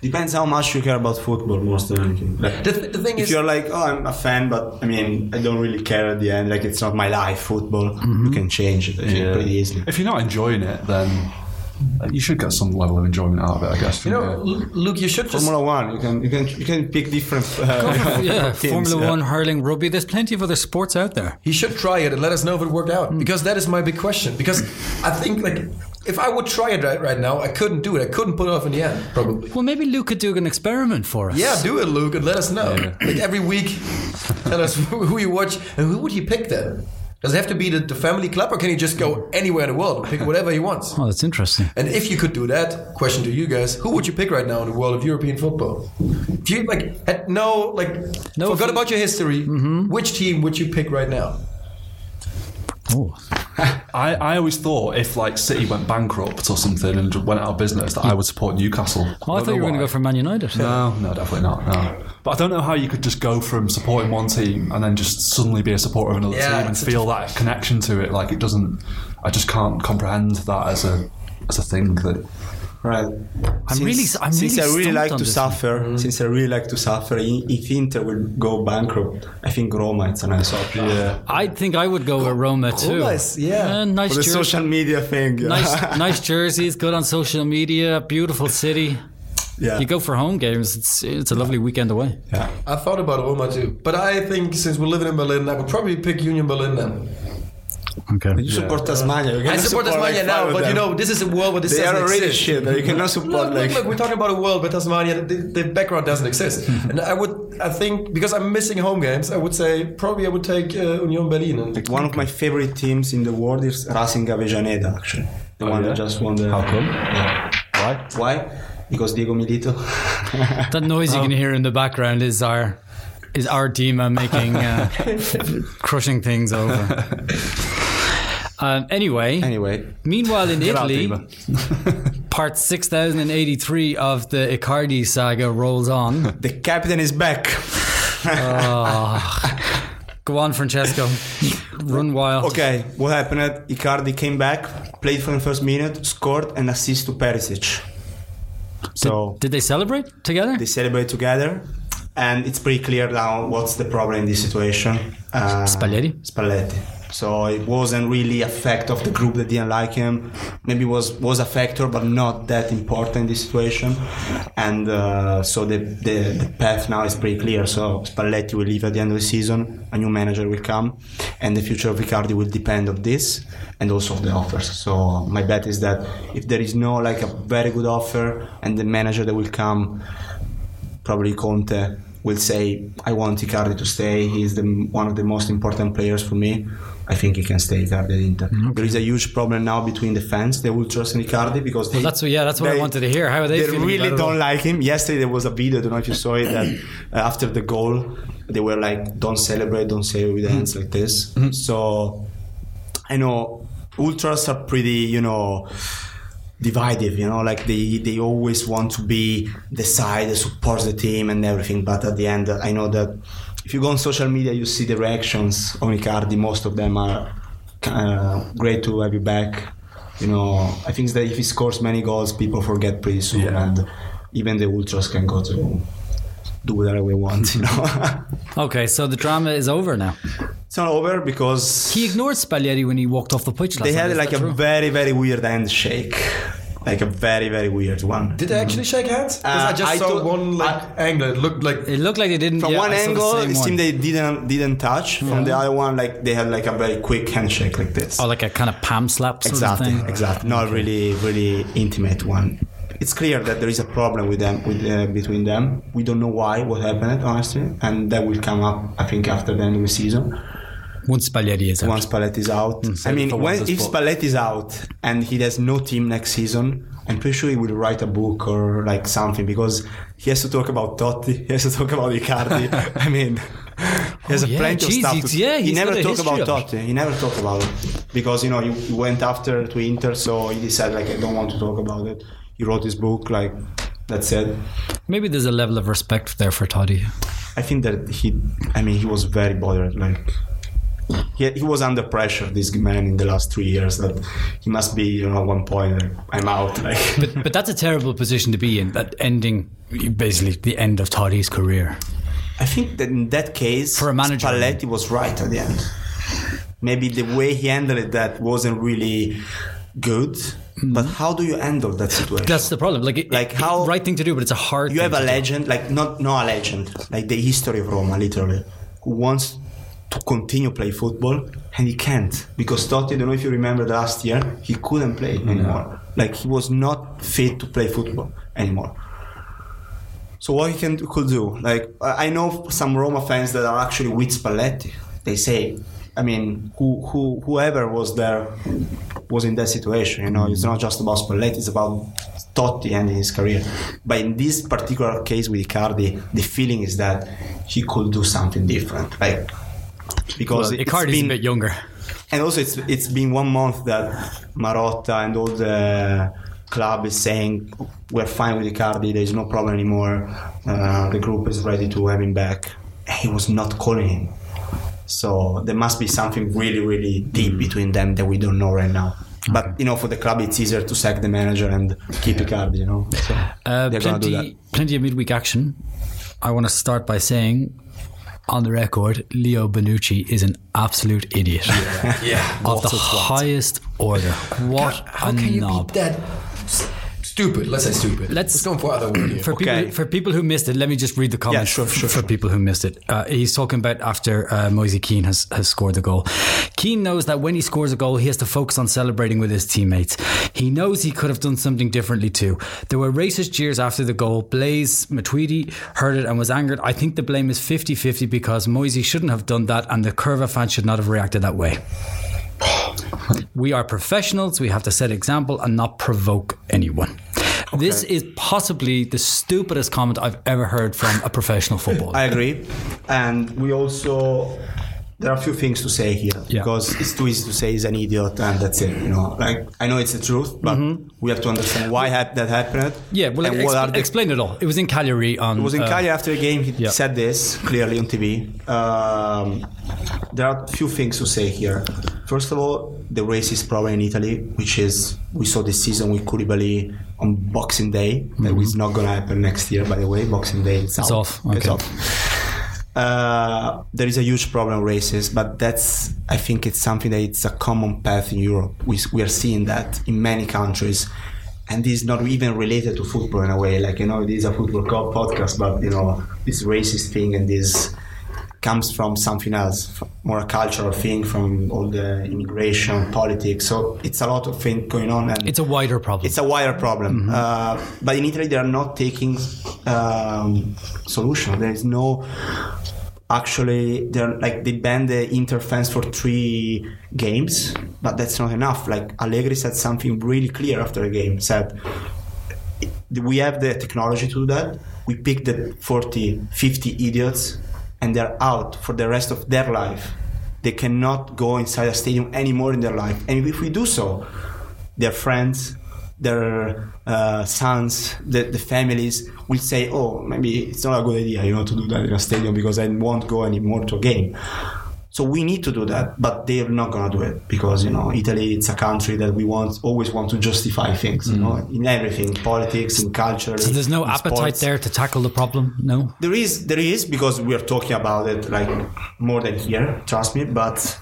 Speaker 4: depends how much you care about football, most of anything. Like,
Speaker 3: the, th- the thing
Speaker 4: if
Speaker 3: is.
Speaker 4: you're like, oh, I'm a fan, but I mean, I don't really care at the end. Like, it's not my life. Football, you can change it I think, pretty easily.
Speaker 5: If you're not enjoying it, then you should get some level of enjoyment out of it, I guess.
Speaker 3: You know, Lu- Luke, you should just
Speaker 4: Formula One, you can you can you can pick different. Uh,
Speaker 1: (laughs) yeah,
Speaker 4: (laughs) teams,
Speaker 1: Formula
Speaker 4: yeah.
Speaker 1: One, hurling, rugby. There's plenty of other sports out there.
Speaker 3: he should try it and let us know if it worked
Speaker 4: Mm.
Speaker 3: out because that is my big question because i think like if i would try it right, right now i couldn't do it i couldn't put it off in the end probably
Speaker 1: Well, maybe Luke could do an experiment for us.
Speaker 3: yeah do it luke and let us know like every week tell us who who you watch and who would you pick then does it have to be the, the family club or can he just go anywhere in the world and pick whatever he
Speaker 1: (laughs)
Speaker 3: wants
Speaker 1: Oh, that's interesting.
Speaker 3: and if you could do that question to you guys who would you pick right now in the world of european football if you like had no like
Speaker 1: No
Speaker 3: forgot
Speaker 1: fe-
Speaker 3: about your history which team would you pick right now
Speaker 1: Oh,
Speaker 5: I, I always thought if like City went bankrupt or something and went out of business that I would support Newcastle.
Speaker 1: oh I thought you were going to go for Man United.
Speaker 5: No, no, definitely not. No, but I don't know how you could just go from supporting one team and then just suddenly be a supporter of another
Speaker 3: Yeah,
Speaker 5: team and
Speaker 3: it's a
Speaker 5: feel that connection to it. Like it doesn't. I just can't comprehend that as a as a thing that
Speaker 4: Right. Mm-hmm. I'm
Speaker 1: really- I'm
Speaker 4: since
Speaker 1: really
Speaker 4: I really
Speaker 1: stumped
Speaker 4: like
Speaker 1: on
Speaker 4: to
Speaker 1: this.
Speaker 4: suffer, since I really like to suffer, i- if Inter will go bankrupt, I think Roma it's a nice option. Yeah.
Speaker 1: I think I would go with Roma too.
Speaker 4: Oh, nice, yeah.
Speaker 1: Uh, nice
Speaker 4: For the
Speaker 1: jersey.
Speaker 4: social media thing. Yeah. (laughs)
Speaker 1: Nice, nice jerseys, good on social media, beautiful city.
Speaker 4: yeah.
Speaker 1: You go for home games, it's, it's a lovely weekend away.
Speaker 4: Yeah.
Speaker 3: I thought about Roma too, but I think since we're living in Berlin, I would probably pick Union Berlin then.
Speaker 1: Okay.
Speaker 4: You support Tasmania. You
Speaker 3: I
Speaker 4: cannot
Speaker 3: support Tasmania
Speaker 4: like, five
Speaker 3: now,
Speaker 4: of
Speaker 3: but you
Speaker 4: them.
Speaker 3: know this is a world where this
Speaker 4: they
Speaker 3: doesn't
Speaker 4: are already
Speaker 3: exist.
Speaker 4: shit. You cannot
Speaker 3: Look,
Speaker 4: support
Speaker 3: look,
Speaker 4: like.
Speaker 3: look, we're talking about a world where Tasmania, the, the background doesn't
Speaker 4: (laughs)
Speaker 3: exist. and I would, I think, because I'm missing home games, I would say probably I would take uh, Union Berlin. And,
Speaker 4: One of my favorite teams in the world is Racing Avellaneda, actually. The
Speaker 5: Oh,
Speaker 4: one that
Speaker 5: yeah?
Speaker 4: just won the.
Speaker 5: How come?
Speaker 4: Yeah.
Speaker 5: right.
Speaker 4: Why? Because Diego Milito.
Speaker 1: That noise you can hear in the background is our is our Dima making
Speaker 4: (laughs)
Speaker 1: uh, crushing things over. Um, anyway,
Speaker 4: anyway,
Speaker 1: meanwhile in
Speaker 5: out,
Speaker 1: Italy, part six thousand and eighty-three of the Icardi saga rolls
Speaker 4: (laughs)
Speaker 1: on.
Speaker 4: the captain is back.
Speaker 1: Ah. Go on,
Speaker 4: (laughs)
Speaker 1: Francesco, run wild.
Speaker 4: Okay, what happened? Icardi came back, played for the first minute, scored an assist to Perisic. So
Speaker 1: Did they celebrate together?
Speaker 4: they celebrate together, and it's pretty clear now what's the problem in this situation. Uh,
Speaker 1: Spalletti?
Speaker 4: Spalletti. So it wasn't really a fact of the group that didn't like him. Maybe it was was a factor, but not that important in this situation. And uh, so the, the the path now is pretty clear. So Spalletti will leave at the end of the season. A new manager will come, and the future of Icardi will depend of this and also of the offers. So my bet is that if there is no like a very good offer and the manager that will come probably Conte will say, "I want Icardi to stay. He's the one of the most important players for me. I think he can stay Icardi at Inter."
Speaker 1: Mm,
Speaker 4: There is a huge problem now between the fans, the ultras and Icardi, because they,
Speaker 1: that's what- yeah, that's what I wanted to hear. How are they feeling
Speaker 4: really
Speaker 1: about it
Speaker 4: don't
Speaker 1: all?
Speaker 4: like him. Yesterday there was a video. I don't know if you saw it. That uh, after the goal, they were like, "Don't celebrate! Don't say with hands like this." So I know ultras are pretty, you know, divided. You know, like they they always want to be the side that supports the team and everything. But at the end, I know that if you go on social media, you see the reactions on Icardi. Most of them are uh, great to have you back. You know, I think that if he scores many goals, people forget pretty soon,
Speaker 5: Yeah.
Speaker 4: and even the ultras can go to do whatever we want. You know,
Speaker 1: Okay, so the drama is over now.
Speaker 4: (laughs) it's not over because
Speaker 1: He ignored Spalletti when he walked off the pitch. Last
Speaker 4: they had
Speaker 1: night, is
Speaker 4: like
Speaker 1: that
Speaker 4: a
Speaker 1: true?
Speaker 4: very very weird handshake like a very very weird one
Speaker 3: did they actually shake hands? 'Cause
Speaker 4: Uh,
Speaker 3: I just
Speaker 4: I
Speaker 3: saw
Speaker 4: don't-
Speaker 3: one like angle. It looked like
Speaker 1: It looked like they didn't.
Speaker 4: from
Speaker 1: yeah,
Speaker 4: one
Speaker 1: I saw the
Speaker 4: angle
Speaker 1: same
Speaker 4: it seemed
Speaker 1: one.
Speaker 4: they didn't didn't touch from the other one like they had like a very quick handshake like this
Speaker 1: Oh, like a kind of palm slap sort
Speaker 4: exactly
Speaker 1: of thing.
Speaker 4: exactly not really really intimate one it's clear that there is a problem with them with uh, between them we don't know why what happened honestly and that will come up i think after the end of the season
Speaker 1: Once Spalletti is out.
Speaker 4: once Spalletti is out.
Speaker 1: Mm.
Speaker 4: I mean,
Speaker 5: for
Speaker 4: when,
Speaker 5: once
Speaker 4: if
Speaker 5: as well.
Speaker 4: Spalletti is out and he has no team next season, I'm pretty sure he will write a book or like something because he has to talk about Totti, (laughs) he has to talk about Icardi.
Speaker 1: (laughs)
Speaker 4: I mean, he has
Speaker 1: Oh,
Speaker 4: a
Speaker 1: yeah,
Speaker 4: plenty
Speaker 1: geez,
Speaker 4: of stuff.
Speaker 1: it's-
Speaker 4: To,
Speaker 1: yeah,
Speaker 4: he
Speaker 1: he's
Speaker 4: never
Speaker 1: got a
Speaker 4: talk
Speaker 1: history
Speaker 4: about
Speaker 1: of
Speaker 4: Totti. He never talk about it because you know he, he went after to Inter, so he decided like I don't want to talk about it. He wrote his book like. That's it.
Speaker 1: Maybe there's a level of respect there for Toddy.
Speaker 4: I think that he, I mean, he was very bothered. Like, he, he was under pressure, this man, in the last three years. That he must be, you know, at one point, like, I'm out. Like,
Speaker 1: But but that's a terrible position to be in. That ending, basically, the end of Toddy's career.
Speaker 4: I think that in that case,
Speaker 1: For a manager.
Speaker 4: Spalletti was right at the end. Maybe the way he handled it that wasn't really good, But how do you handle that situation?
Speaker 1: Mm-hmm. That's the problem. Like, it,
Speaker 4: Like
Speaker 1: it-
Speaker 4: how-
Speaker 1: right thing to do, but it's a hard.
Speaker 4: you
Speaker 1: thing
Speaker 4: have a
Speaker 1: to do.
Speaker 4: legend, like not not a legend, like the history of Roma, literally, who wants to continue play football and he can't because Totti. I don't know if you remember the last year, he couldn't play anymore. Like he was not fit to play football anymore. So what he can could do, like I I know some Roma fans that are actually with Spalletti. They say, I mean, who, who whoever was there was in that situation. You know, it's not just about Spalletti; it's about Totti and his career. But in this particular case with Icardi, the feeling is that he could do something different, like because
Speaker 1: Well,
Speaker 4: it- it's
Speaker 1: Icardi's
Speaker 4: been-
Speaker 1: a bit younger.
Speaker 4: and also, it's it's been one month that Marotta and all the club is saying we're fine with Icardi. There is no problem anymore. Uh, the group is ready to have him back. And he was not calling him. So there must be something really, really
Speaker 1: Mm.
Speaker 4: deep between them that we don't know right now. But you know, for the club, it's easier to sack the manager and keep Icardi. You know, so
Speaker 1: Uh,
Speaker 4: they're gonna do that.
Speaker 1: plenty, plenty of midweek action. I want to start by saying, on the record, Leo Benucci is an absolute idiot. Yeah, (laughs) of the highest order. What
Speaker 3: How
Speaker 1: a
Speaker 3: can you
Speaker 1: knob!
Speaker 3: be that s- stupid? Let's say stupid.
Speaker 1: Let's-
Speaker 3: go for other word here.
Speaker 1: For
Speaker 4: Okay.
Speaker 1: people, for people who missed it, let me just read the comments
Speaker 4: sure, sure,
Speaker 1: for
Speaker 4: sure.
Speaker 1: people who missed it. Uh, he's talking about after uh, Moise Keane has, has scored the goal. Keane knows that when he scores a goal, he has to focus on celebrating with his teammates. He knows he could have done something differently too. There were racist jeers after the goal. Blaze Matuidi heard it and was angered. I think the blame is 50 50 because Moise shouldn't have done that and the Curva fan should not have reacted that way. We are professionals. We have to set example and not provoke anyone. This is possibly the stupidest comment I've ever heard from a professional footballer.
Speaker 4: (laughs) I agree. And we also there are a few things to say here
Speaker 1: Yeah.
Speaker 4: because it's too easy to say he's an idiot and that's it. You know, like I know it's the truth, but we have to understand why hap- that happened.
Speaker 1: Mm-hmm. yeah, well,
Speaker 4: and
Speaker 1: like,
Speaker 4: what
Speaker 1: expl-
Speaker 4: are the
Speaker 1: explain it all. It was in Cagliari on.
Speaker 4: it was in
Speaker 1: uh,
Speaker 4: Cagliari after the game. He
Speaker 1: yeah.
Speaker 4: said this clearly on TV. Um, there are a few things to say here. First of all, the racist problem in Italy, which is we saw this season with Koulibaly on Boxing Day. That is not going to happen next year, by the way. Boxing Day, it's, out.
Speaker 1: Mm-hmm. off,
Speaker 4: It's
Speaker 1: okay.
Speaker 4: off. Uh, there is a huge problem of racism, but that's I think it's something that it's a common path in Europe. We, we are seeing that in many countries, and this is not even related to football in a way. Like you know, it is a football club podcast, but you know this racist thing and this comes from something else, f- more a cultural thing from all the immigration, politics. So it's a lot of things going on, and
Speaker 1: It's a wider problem.
Speaker 4: it's a wider problem. Uh, but in Italy, they are not taking um, solution. There is no actually they're like they banned the Inter fans for three games, but that's not enough. Like Allegri said something really clear after the game. Said we have the technology to do that. We pick the 40, 50 idiots and they're out for the rest of their life. They cannot go inside a stadium anymore in their life. And if we do so, their friends, their uh, sons, the, the families will say, oh, maybe it's not a good idea, you know, to do that in a stadium because I won't go anymore to a game. So we need to do that, but they're not gonna do it because you know Italy. It's a country that we want always want to justify things, you know, in everything, politics, in culture.
Speaker 1: Mm-hmm. so there's no
Speaker 4: in
Speaker 1: appetite
Speaker 4: sports.
Speaker 1: there to tackle the problem. No.
Speaker 4: There is, there is because we are talking about it like more than here. Trust me, but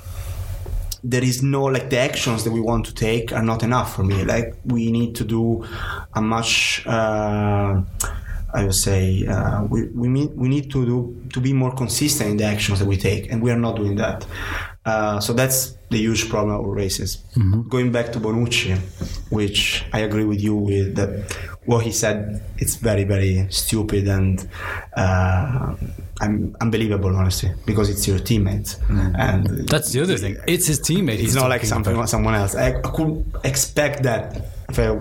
Speaker 4: there is no like the actions that we want to take are not enough for me. Like we need to do a much. Uh, I would say uh, we we need, we need to do to be more consistent in the actions that we take, and we are not doing that. Uh, so that's the huge problem of racism. Going back to Bonucci, which I agree with you with that what he said. It's very very stupid and uh, un- unbelievable, honestly, because it's your teammate, and
Speaker 1: That's the other thing. It's his teammate.
Speaker 4: it's
Speaker 1: he's
Speaker 4: not like
Speaker 1: talking
Speaker 4: something
Speaker 1: about.
Speaker 4: about someone else. I, I could expect that, if I,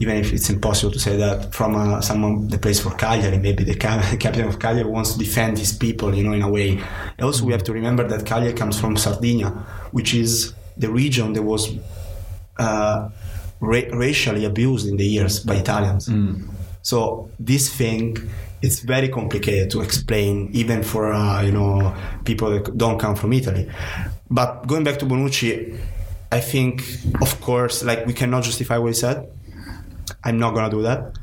Speaker 4: even if it's impossible to say that, from uh, someone that plays for Cagliari. Maybe the, ca- (laughs) the captain of Cagliari wants to defend his people, you know, in a way. Also, we have to remember that Cagliari comes from Sardinia, which is the region that was uh, ra- racially abused in the years by Italians. So this thing, it's very complicated to explain, even for uh, you know people that don't come from Italy. But going back to Bonucci, I think, of course, like we cannot justify what he said. I'm not gonna do that.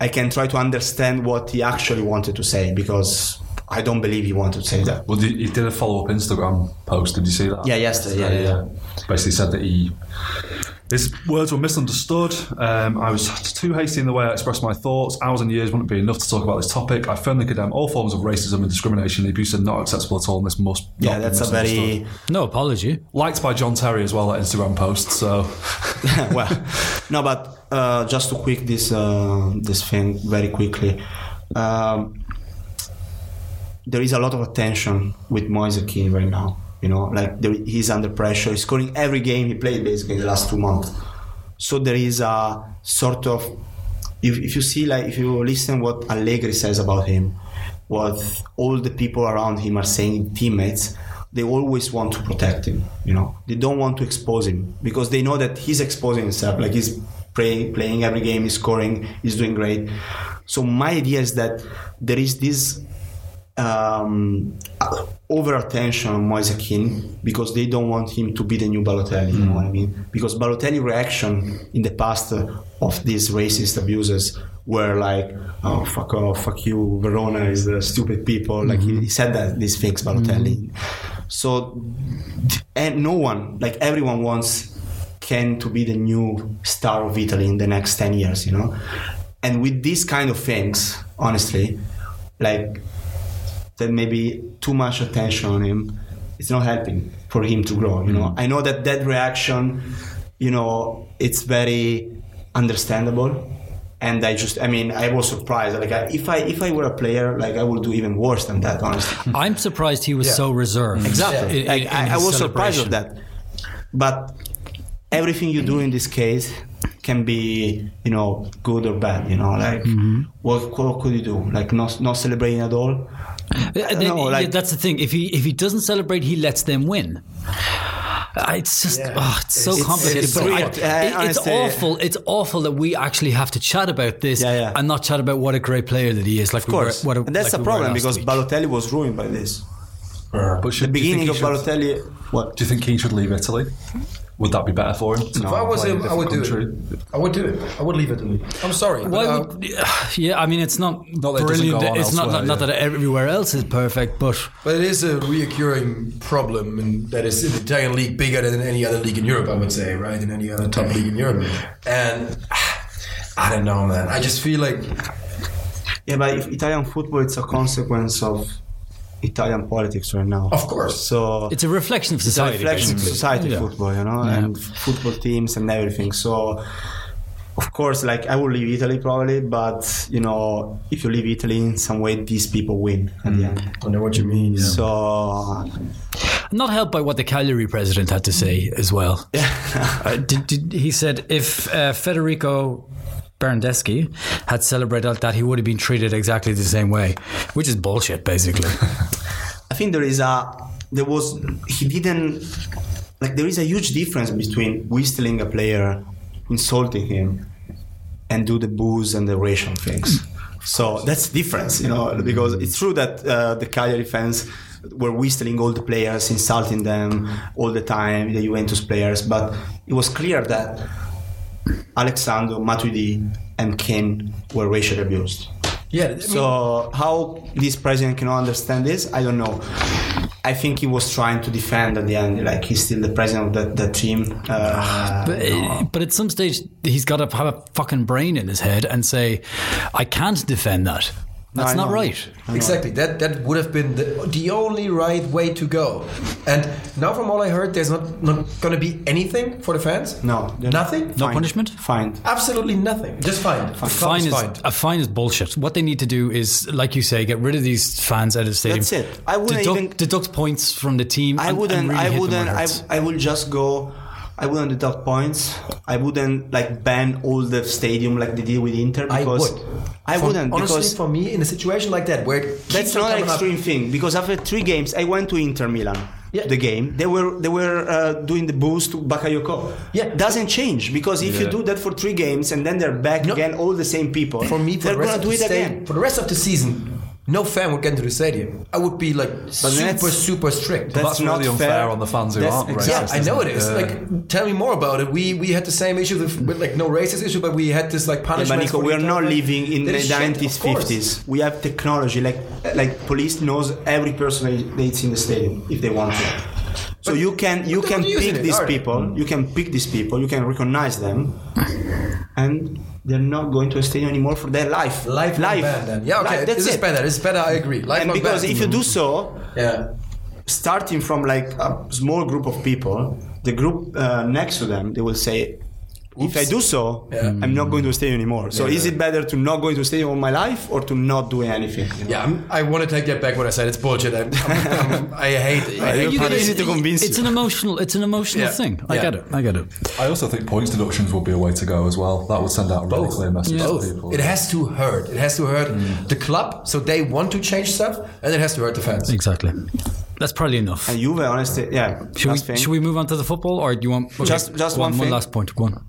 Speaker 4: I can try to understand what he actually wanted to say because I don't believe he wanted to say that.
Speaker 5: Well, did- he did a follow up Instagram post. Did you see that?
Speaker 4: Yeah, yesterday, yeah, yeah, yeah.
Speaker 5: Basically said that he His words were misunderstood. Um, I was too hasty in the way I expressed my thoughts. Hours and years wouldn't be enough to talk about this topic. I firmly condemn all forms of racism and discrimination. The abuse are not acceptable at all, and this must not
Speaker 4: Yeah,
Speaker 5: be
Speaker 4: that's a
Speaker 5: misunderstood.
Speaker 4: very
Speaker 1: No apology.
Speaker 5: liked by John Terry as well. That Instagram post.
Speaker 4: (laughs)
Speaker 5: So
Speaker 4: well, no, but uh, just to quick this uh, this thing very quickly. Um, there is a lot of attention with Moise Kean right now. You know, like there, he's under pressure. He's scoring every game he played basically the last two months. So there is a sort of, if, if you see like if you listen what Allegri says about him, what all the people around him are saying, teammates, they always want to protect him. You know, they don't want to expose him because they know that he's exposing himself. Like he's playing, playing every game, he's scoring, he's doing great. So my idea is that there is this um, over attention on Moise Kean because they don't want him to be the new Balotelli. You know what I mean? Because Balotelli reaction in the past uh, of these racist abusers were like, "Oh fuck off, fuck you, Verona is the stupid people." Like he, he said that these things, Balotelli. So, and no one, like everyone, wants Ken to be the new star of Italy in the next 10 years, you know? And with these kind of things, honestly, like that maybe too much attention on him, it's not helping for him to grow, you know? I know that that reaction, you know, it's very understandable. And I just, I mean, I was surprised. Like, I, if I if I were a player, like, I would do even worse than that, honestly.
Speaker 1: I'm surprised he was so reserved.
Speaker 4: Exactly.
Speaker 1: in-
Speaker 4: Like,
Speaker 1: in
Speaker 4: I, I
Speaker 1: his
Speaker 4: was surprised
Speaker 1: celebration.
Speaker 4: of that. But everything you do in this case can be, you know, good or bad. You know, like what, what could you do? Like not not celebrating at all.
Speaker 1: Uh,
Speaker 4: don't know,
Speaker 1: yeah,
Speaker 4: like-
Speaker 1: that's the thing. If he if he doesn't celebrate, he lets them win. Uh, It's just oh, it's so
Speaker 4: It's-
Speaker 1: complicated.
Speaker 4: it's
Speaker 1: but I-
Speaker 4: weird. Uh,
Speaker 1: it- it's
Speaker 4: honestly-
Speaker 1: awful. It's awful that we actually have to chat about this
Speaker 4: Yeah, yeah.
Speaker 1: and not chat about what a great player that he is. Like
Speaker 4: Of course,
Speaker 1: we were, what a,
Speaker 4: and that's
Speaker 1: like
Speaker 4: the
Speaker 1: we were
Speaker 4: problem
Speaker 1: last
Speaker 4: because
Speaker 1: week.
Speaker 4: Balotelli was ruined by this.
Speaker 5: but should,
Speaker 4: The
Speaker 5: do you think
Speaker 4: beginning
Speaker 5: he
Speaker 4: of
Speaker 5: should-
Speaker 4: Balotelli. What?
Speaker 5: Do you think he should leave Italy? Would that be better for him?
Speaker 3: If I was him, I would do it. I would do it. I would leave Italy. I'm sorry. but,
Speaker 1: Why
Speaker 3: uh,
Speaker 1: would, (sighs) yeah, I mean, it's not
Speaker 5: Not that it doesn't
Speaker 1: brilliant.
Speaker 5: go on
Speaker 1: It's not,
Speaker 5: elsewhere,
Speaker 1: not, not
Speaker 5: yeah.
Speaker 1: that everywhere else is perfect, but
Speaker 3: But it is a reoccurring problem, and that is in the Italian league bigger than any other league in Europe, I would say, right? In any other top league in Europe. And (sighs) ah, I don't know, man. I just feel like
Speaker 4: Yeah, but if Italian football, it's a consequence of Italian politics right now.
Speaker 3: Of course.
Speaker 4: So
Speaker 1: it's a reflection of
Speaker 4: it's a
Speaker 1: society.
Speaker 4: reflection of
Speaker 1: basically.
Speaker 4: society
Speaker 1: Yeah.
Speaker 4: football, you know,
Speaker 1: Yeah.
Speaker 4: and f- football teams and everything. So, of course, like I will leave Italy probably, but you know, if you leave Italy in some way, these people win at the end.
Speaker 3: I know what you mean. yeah.
Speaker 4: So,
Speaker 1: Not helped by what the Cagliari president had to say as
Speaker 4: (laughs)
Speaker 1: well. Uh, did, did, he said if uh, Federico Berandeschi had celebrated that, he would have been treated exactly the same way, which is bullshit,
Speaker 4: (laughs)
Speaker 1: basically.
Speaker 4: I think there is a there was he didn't like there is a huge difference between whistling a player, insulting him, and do the booze and the racial things. So that's the difference, you know, because it's true that uh, the Cagliari fans were whistling all the players, insulting them all the time, the Juventus players, but it was clear that Alexandro, Matuidi, and Kane were racially abused.
Speaker 3: Yeah. I mean,
Speaker 4: So how this president cannot understand this, I don't know. I think he was trying to defend at the end, like he's still the president of that, that team. Uh,
Speaker 1: But, but at some stage, he's got to have a fucking brain in his head and say, I can't defend that. That's
Speaker 4: I
Speaker 1: not
Speaker 4: know.
Speaker 1: right.
Speaker 3: Exactly. That that would have been the, the only right way to go. And now, from all I heard, there's not not going to be anything for the fans.
Speaker 4: No, they're not-
Speaker 3: nothing.
Speaker 1: No
Speaker 4: Fine.
Speaker 1: punishment?
Speaker 4: Fine.
Speaker 3: Absolutely nothing. Just fine.
Speaker 1: Fine is,
Speaker 3: fine.
Speaker 1: a fine is bullshit. What they need to do is, like you say, get rid of these fans out of the stadium.
Speaker 4: That's it. I wouldn't
Speaker 1: deduct,
Speaker 4: even-
Speaker 1: deduct points from the team. and-
Speaker 4: I
Speaker 1: and
Speaker 4: wouldn't.
Speaker 1: really hit
Speaker 4: I
Speaker 1: them
Speaker 4: wouldn't.
Speaker 1: where it
Speaker 4: I,
Speaker 1: hurts.
Speaker 4: I would just go. I wouldn't deduct points. I wouldn't like ban all the stadium like they did with Inter
Speaker 3: I
Speaker 4: because
Speaker 3: would.
Speaker 4: I
Speaker 3: For-
Speaker 4: wouldn't
Speaker 3: honestly,
Speaker 4: because
Speaker 3: for me, in a situation like that, where it
Speaker 4: That's
Speaker 3: keeps on
Speaker 4: not an
Speaker 3: coming up-
Speaker 4: extreme thing because after three games, I went to Inter Milan.
Speaker 3: Yeah.
Speaker 4: The game they were they were uh, doing the boost to Bakayoko.
Speaker 3: Yeah.
Speaker 4: doesn't change because if you
Speaker 5: Yeah.
Speaker 4: do that for three games and then they're back
Speaker 3: No.
Speaker 4: again, all the same people.
Speaker 3: for me, for
Speaker 4: they're
Speaker 3: the rest
Speaker 4: gonna
Speaker 3: of
Speaker 4: do
Speaker 3: the
Speaker 4: it
Speaker 3: stadium,
Speaker 4: again.
Speaker 3: for the rest of the season, no fan would get into the stadium. I would be like super,
Speaker 4: that's- uh,
Speaker 3: super strict.
Speaker 5: That's
Speaker 4: not
Speaker 5: really unfair
Speaker 4: fair.
Speaker 5: on the fans who
Speaker 4: That's
Speaker 5: aren't
Speaker 4: exact-
Speaker 5: racist.
Speaker 3: yeah, I know it
Speaker 5: isn't
Speaker 3: is. Like, tell me more about it. We we had the same issue with, with like no racist issue, but we had this like
Speaker 4: Yeah, but
Speaker 3: punishment.
Speaker 4: Nico,
Speaker 3: for
Speaker 4: we are
Speaker 3: the
Speaker 4: not
Speaker 3: entire-
Speaker 4: living in
Speaker 3: That
Speaker 4: the
Speaker 3: is shit, of
Speaker 4: 90s,
Speaker 3: course.
Speaker 4: 50s. We have technology. Like, like police knows every person that's in the stadium if they want to. So you can you
Speaker 3: they're
Speaker 4: can
Speaker 3: not using
Speaker 4: pick
Speaker 3: it,
Speaker 4: these
Speaker 3: are they?
Speaker 4: people, you can pick these people, you can recognize them, and they're not going to a stadium anymore for their life.
Speaker 3: Life,
Speaker 4: life.
Speaker 3: Band, then. Yeah, okay.
Speaker 4: Life,
Speaker 3: this
Speaker 4: that's
Speaker 3: is
Speaker 4: it.
Speaker 3: better. This is better. I agree. Life
Speaker 4: And because if you do so,
Speaker 3: yeah,
Speaker 4: starting from like a small group of people, the group uh, next to them, they will say, if I do so, I'm not going to stay anymore. So is it better to not going to stay all my life or to not do anything?
Speaker 3: yeah, I'm, I want to take that back. What I said, it's bullshit. I'm, I'm, I'm, I hate
Speaker 4: (laughs)
Speaker 3: it.
Speaker 4: Right.
Speaker 1: You
Speaker 4: How
Speaker 1: get it.
Speaker 4: easy to convince
Speaker 1: It's
Speaker 4: you.
Speaker 1: an emotional. It's an emotional
Speaker 3: Yeah.
Speaker 1: thing. I
Speaker 3: Yeah.
Speaker 1: get it. I get it.
Speaker 5: I also think points deductions would be a way to go as well. That would send out a really
Speaker 3: Both.
Speaker 5: clear message
Speaker 3: Both.
Speaker 5: to people.
Speaker 3: It has to hurt. It has to hurt
Speaker 4: Hmm.
Speaker 3: the club, so they want to change stuff, and it has to hurt the fans.
Speaker 1: Exactly. That's probably enough.
Speaker 4: And Juve, honestly, yeah.
Speaker 1: Should we,
Speaker 4: last thing.
Speaker 1: should we move on to the football, or do you want
Speaker 4: Just- just one
Speaker 1: one
Speaker 4: thing.
Speaker 1: last point? Go on.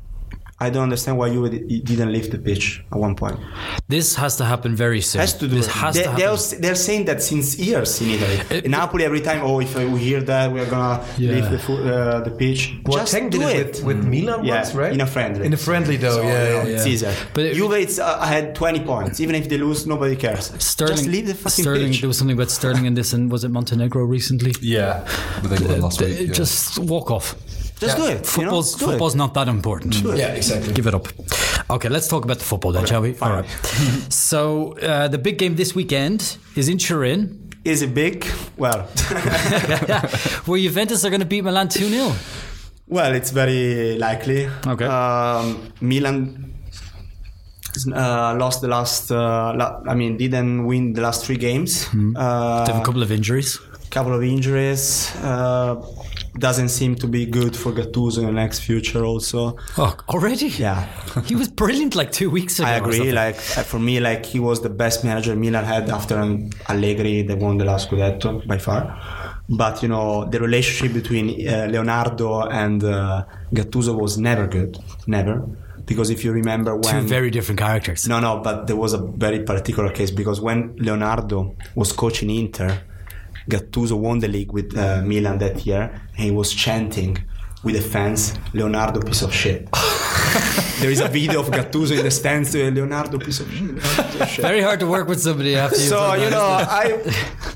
Speaker 4: I don't understand why Juve di- didn't leave the pitch at one point.
Speaker 1: This has to happen very soon.
Speaker 4: Has to do.
Speaker 1: This
Speaker 4: it.
Speaker 1: has
Speaker 4: they,
Speaker 1: to
Speaker 4: they
Speaker 1: happen. Uh,
Speaker 4: are, s- they're saying that since years in Italy.
Speaker 1: It-
Speaker 4: Napoli every time. Oh, if uh, we hear that, we're gonna
Speaker 1: Yeah.
Speaker 4: leave the fo- uh, the pitch. Just
Speaker 3: Boateng
Speaker 4: do
Speaker 3: did
Speaker 4: it.
Speaker 3: with,
Speaker 1: Mm.
Speaker 3: with Milan
Speaker 4: Yeah,
Speaker 3: once, right?
Speaker 4: in a friendly.
Speaker 3: In a friendly, though, yeah, yeah,
Speaker 4: It's
Speaker 1: yeah.
Speaker 4: easier.
Speaker 1: But
Speaker 4: But
Speaker 1: it-
Speaker 4: Juve, it's uh, had 20 points. Even if they lose, nobody cares.
Speaker 1: Sterling,
Speaker 4: Just leave the fucking
Speaker 1: Sterling,
Speaker 4: pitch.
Speaker 1: There was something about Sterling in this, and was it Montenegro recently?
Speaker 5: yeah, with England last week.
Speaker 1: Th-
Speaker 5: yeah.
Speaker 1: Just walk off.
Speaker 4: Just do it. you know?
Speaker 1: Football's,
Speaker 4: Do it.
Speaker 1: football's not that important.
Speaker 3: yeah, exactly.
Speaker 1: Give it up. Okay, let's talk about the football then, shall we? All right. so uh, the big game this weekend is in Turin,
Speaker 4: Is it big? Well,
Speaker 1: (laughs) where Juventus are going to beat Milan two 0
Speaker 4: well, it's very likely.
Speaker 1: Okay.
Speaker 4: Um, Milan uh, lost the last. Uh, la- I mean, didn't win the last three games. Uh,
Speaker 1: They have a couple of injuries.
Speaker 4: couple of injuries. Uh, doesn't seem to be good for Gattuso in the next future. Also,
Speaker 1: Oh, already?
Speaker 4: yeah, (laughs)
Speaker 1: He was brilliant like two weeks ago.
Speaker 4: I
Speaker 1: or something.
Speaker 4: agree. Like uh, for me, like he was the best manager Milan had after um, Allegri. They won the last Scudetto by far. But you know the relationship between uh, Leonardo and uh, Gattuso was never good, never. Because if you remember
Speaker 1: Two
Speaker 4: when
Speaker 1: very different characters.
Speaker 4: No, no, but there was a very particular case because when Leonardo was coaching Inter, Gattuso won the league with uh, Milan that year, and he was chanting with the fans, "Leonardo piece of shit." there is a video of Gattuso in the stands, uh, "Leonardo piece of shit." Leonardo, piece
Speaker 1: (laughs)
Speaker 4: of shit."
Speaker 1: Very hard to work with somebody after you.
Speaker 4: So you know, I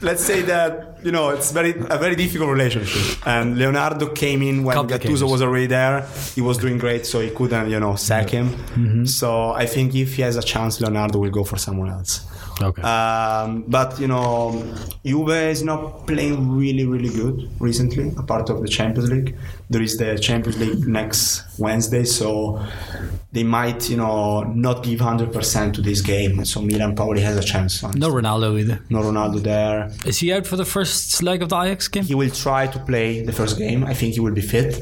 Speaker 4: let's say that you know it's very a very difficult relationship. And Leonardo came in when
Speaker 1: Complicated.
Speaker 4: Gattuso was already there. He was doing great, so he couldn't you know sack him.
Speaker 1: Mm-hmm.
Speaker 4: So I think if he has a chance, Leonardo will go for someone else.
Speaker 1: Okay.
Speaker 4: Um, but you know, Juve is not playing really, really good recently. A part of the Champions League, there is the Champions League next Wednesday, so they might, you know, not give hundred percent to this game. So Milan probably has a chance. honestly.
Speaker 1: no Ronaldo either.
Speaker 4: no Ronaldo there.
Speaker 1: Is he out for the first leg of the Ajax game?
Speaker 4: He will try to play the first game. I think he will be fit.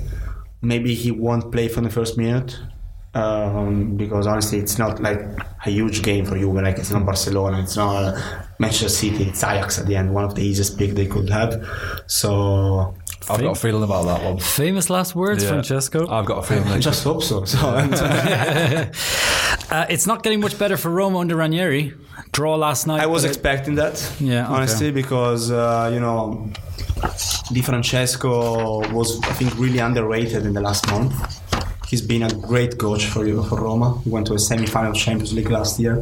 Speaker 4: Maybe he won't play from the first minute. Um, because honestly, it's not like a huge game for you. Like it's not Barcelona, it's not Manchester City, it's Ajax at the end. One of the easiest pick they could have. So
Speaker 5: I've got a feeling about that one.
Speaker 1: Famous last words,
Speaker 5: Yeah.
Speaker 1: Francesco.
Speaker 4: Oh,
Speaker 5: I've got a feeling.
Speaker 4: I
Speaker 5: They,
Speaker 4: just hope so. (laughs) So
Speaker 1: (laughs) Uh, it's not getting much better for Roma under Ranieri. Draw last night.
Speaker 4: I was
Speaker 1: but
Speaker 4: expecting that.
Speaker 1: Yeah, okay.
Speaker 4: honestly, because uh, you know, Di Francesco was I think really underrated in the last month. He's been a great coach for for Roma. He went to a semi-final of Champions League last year,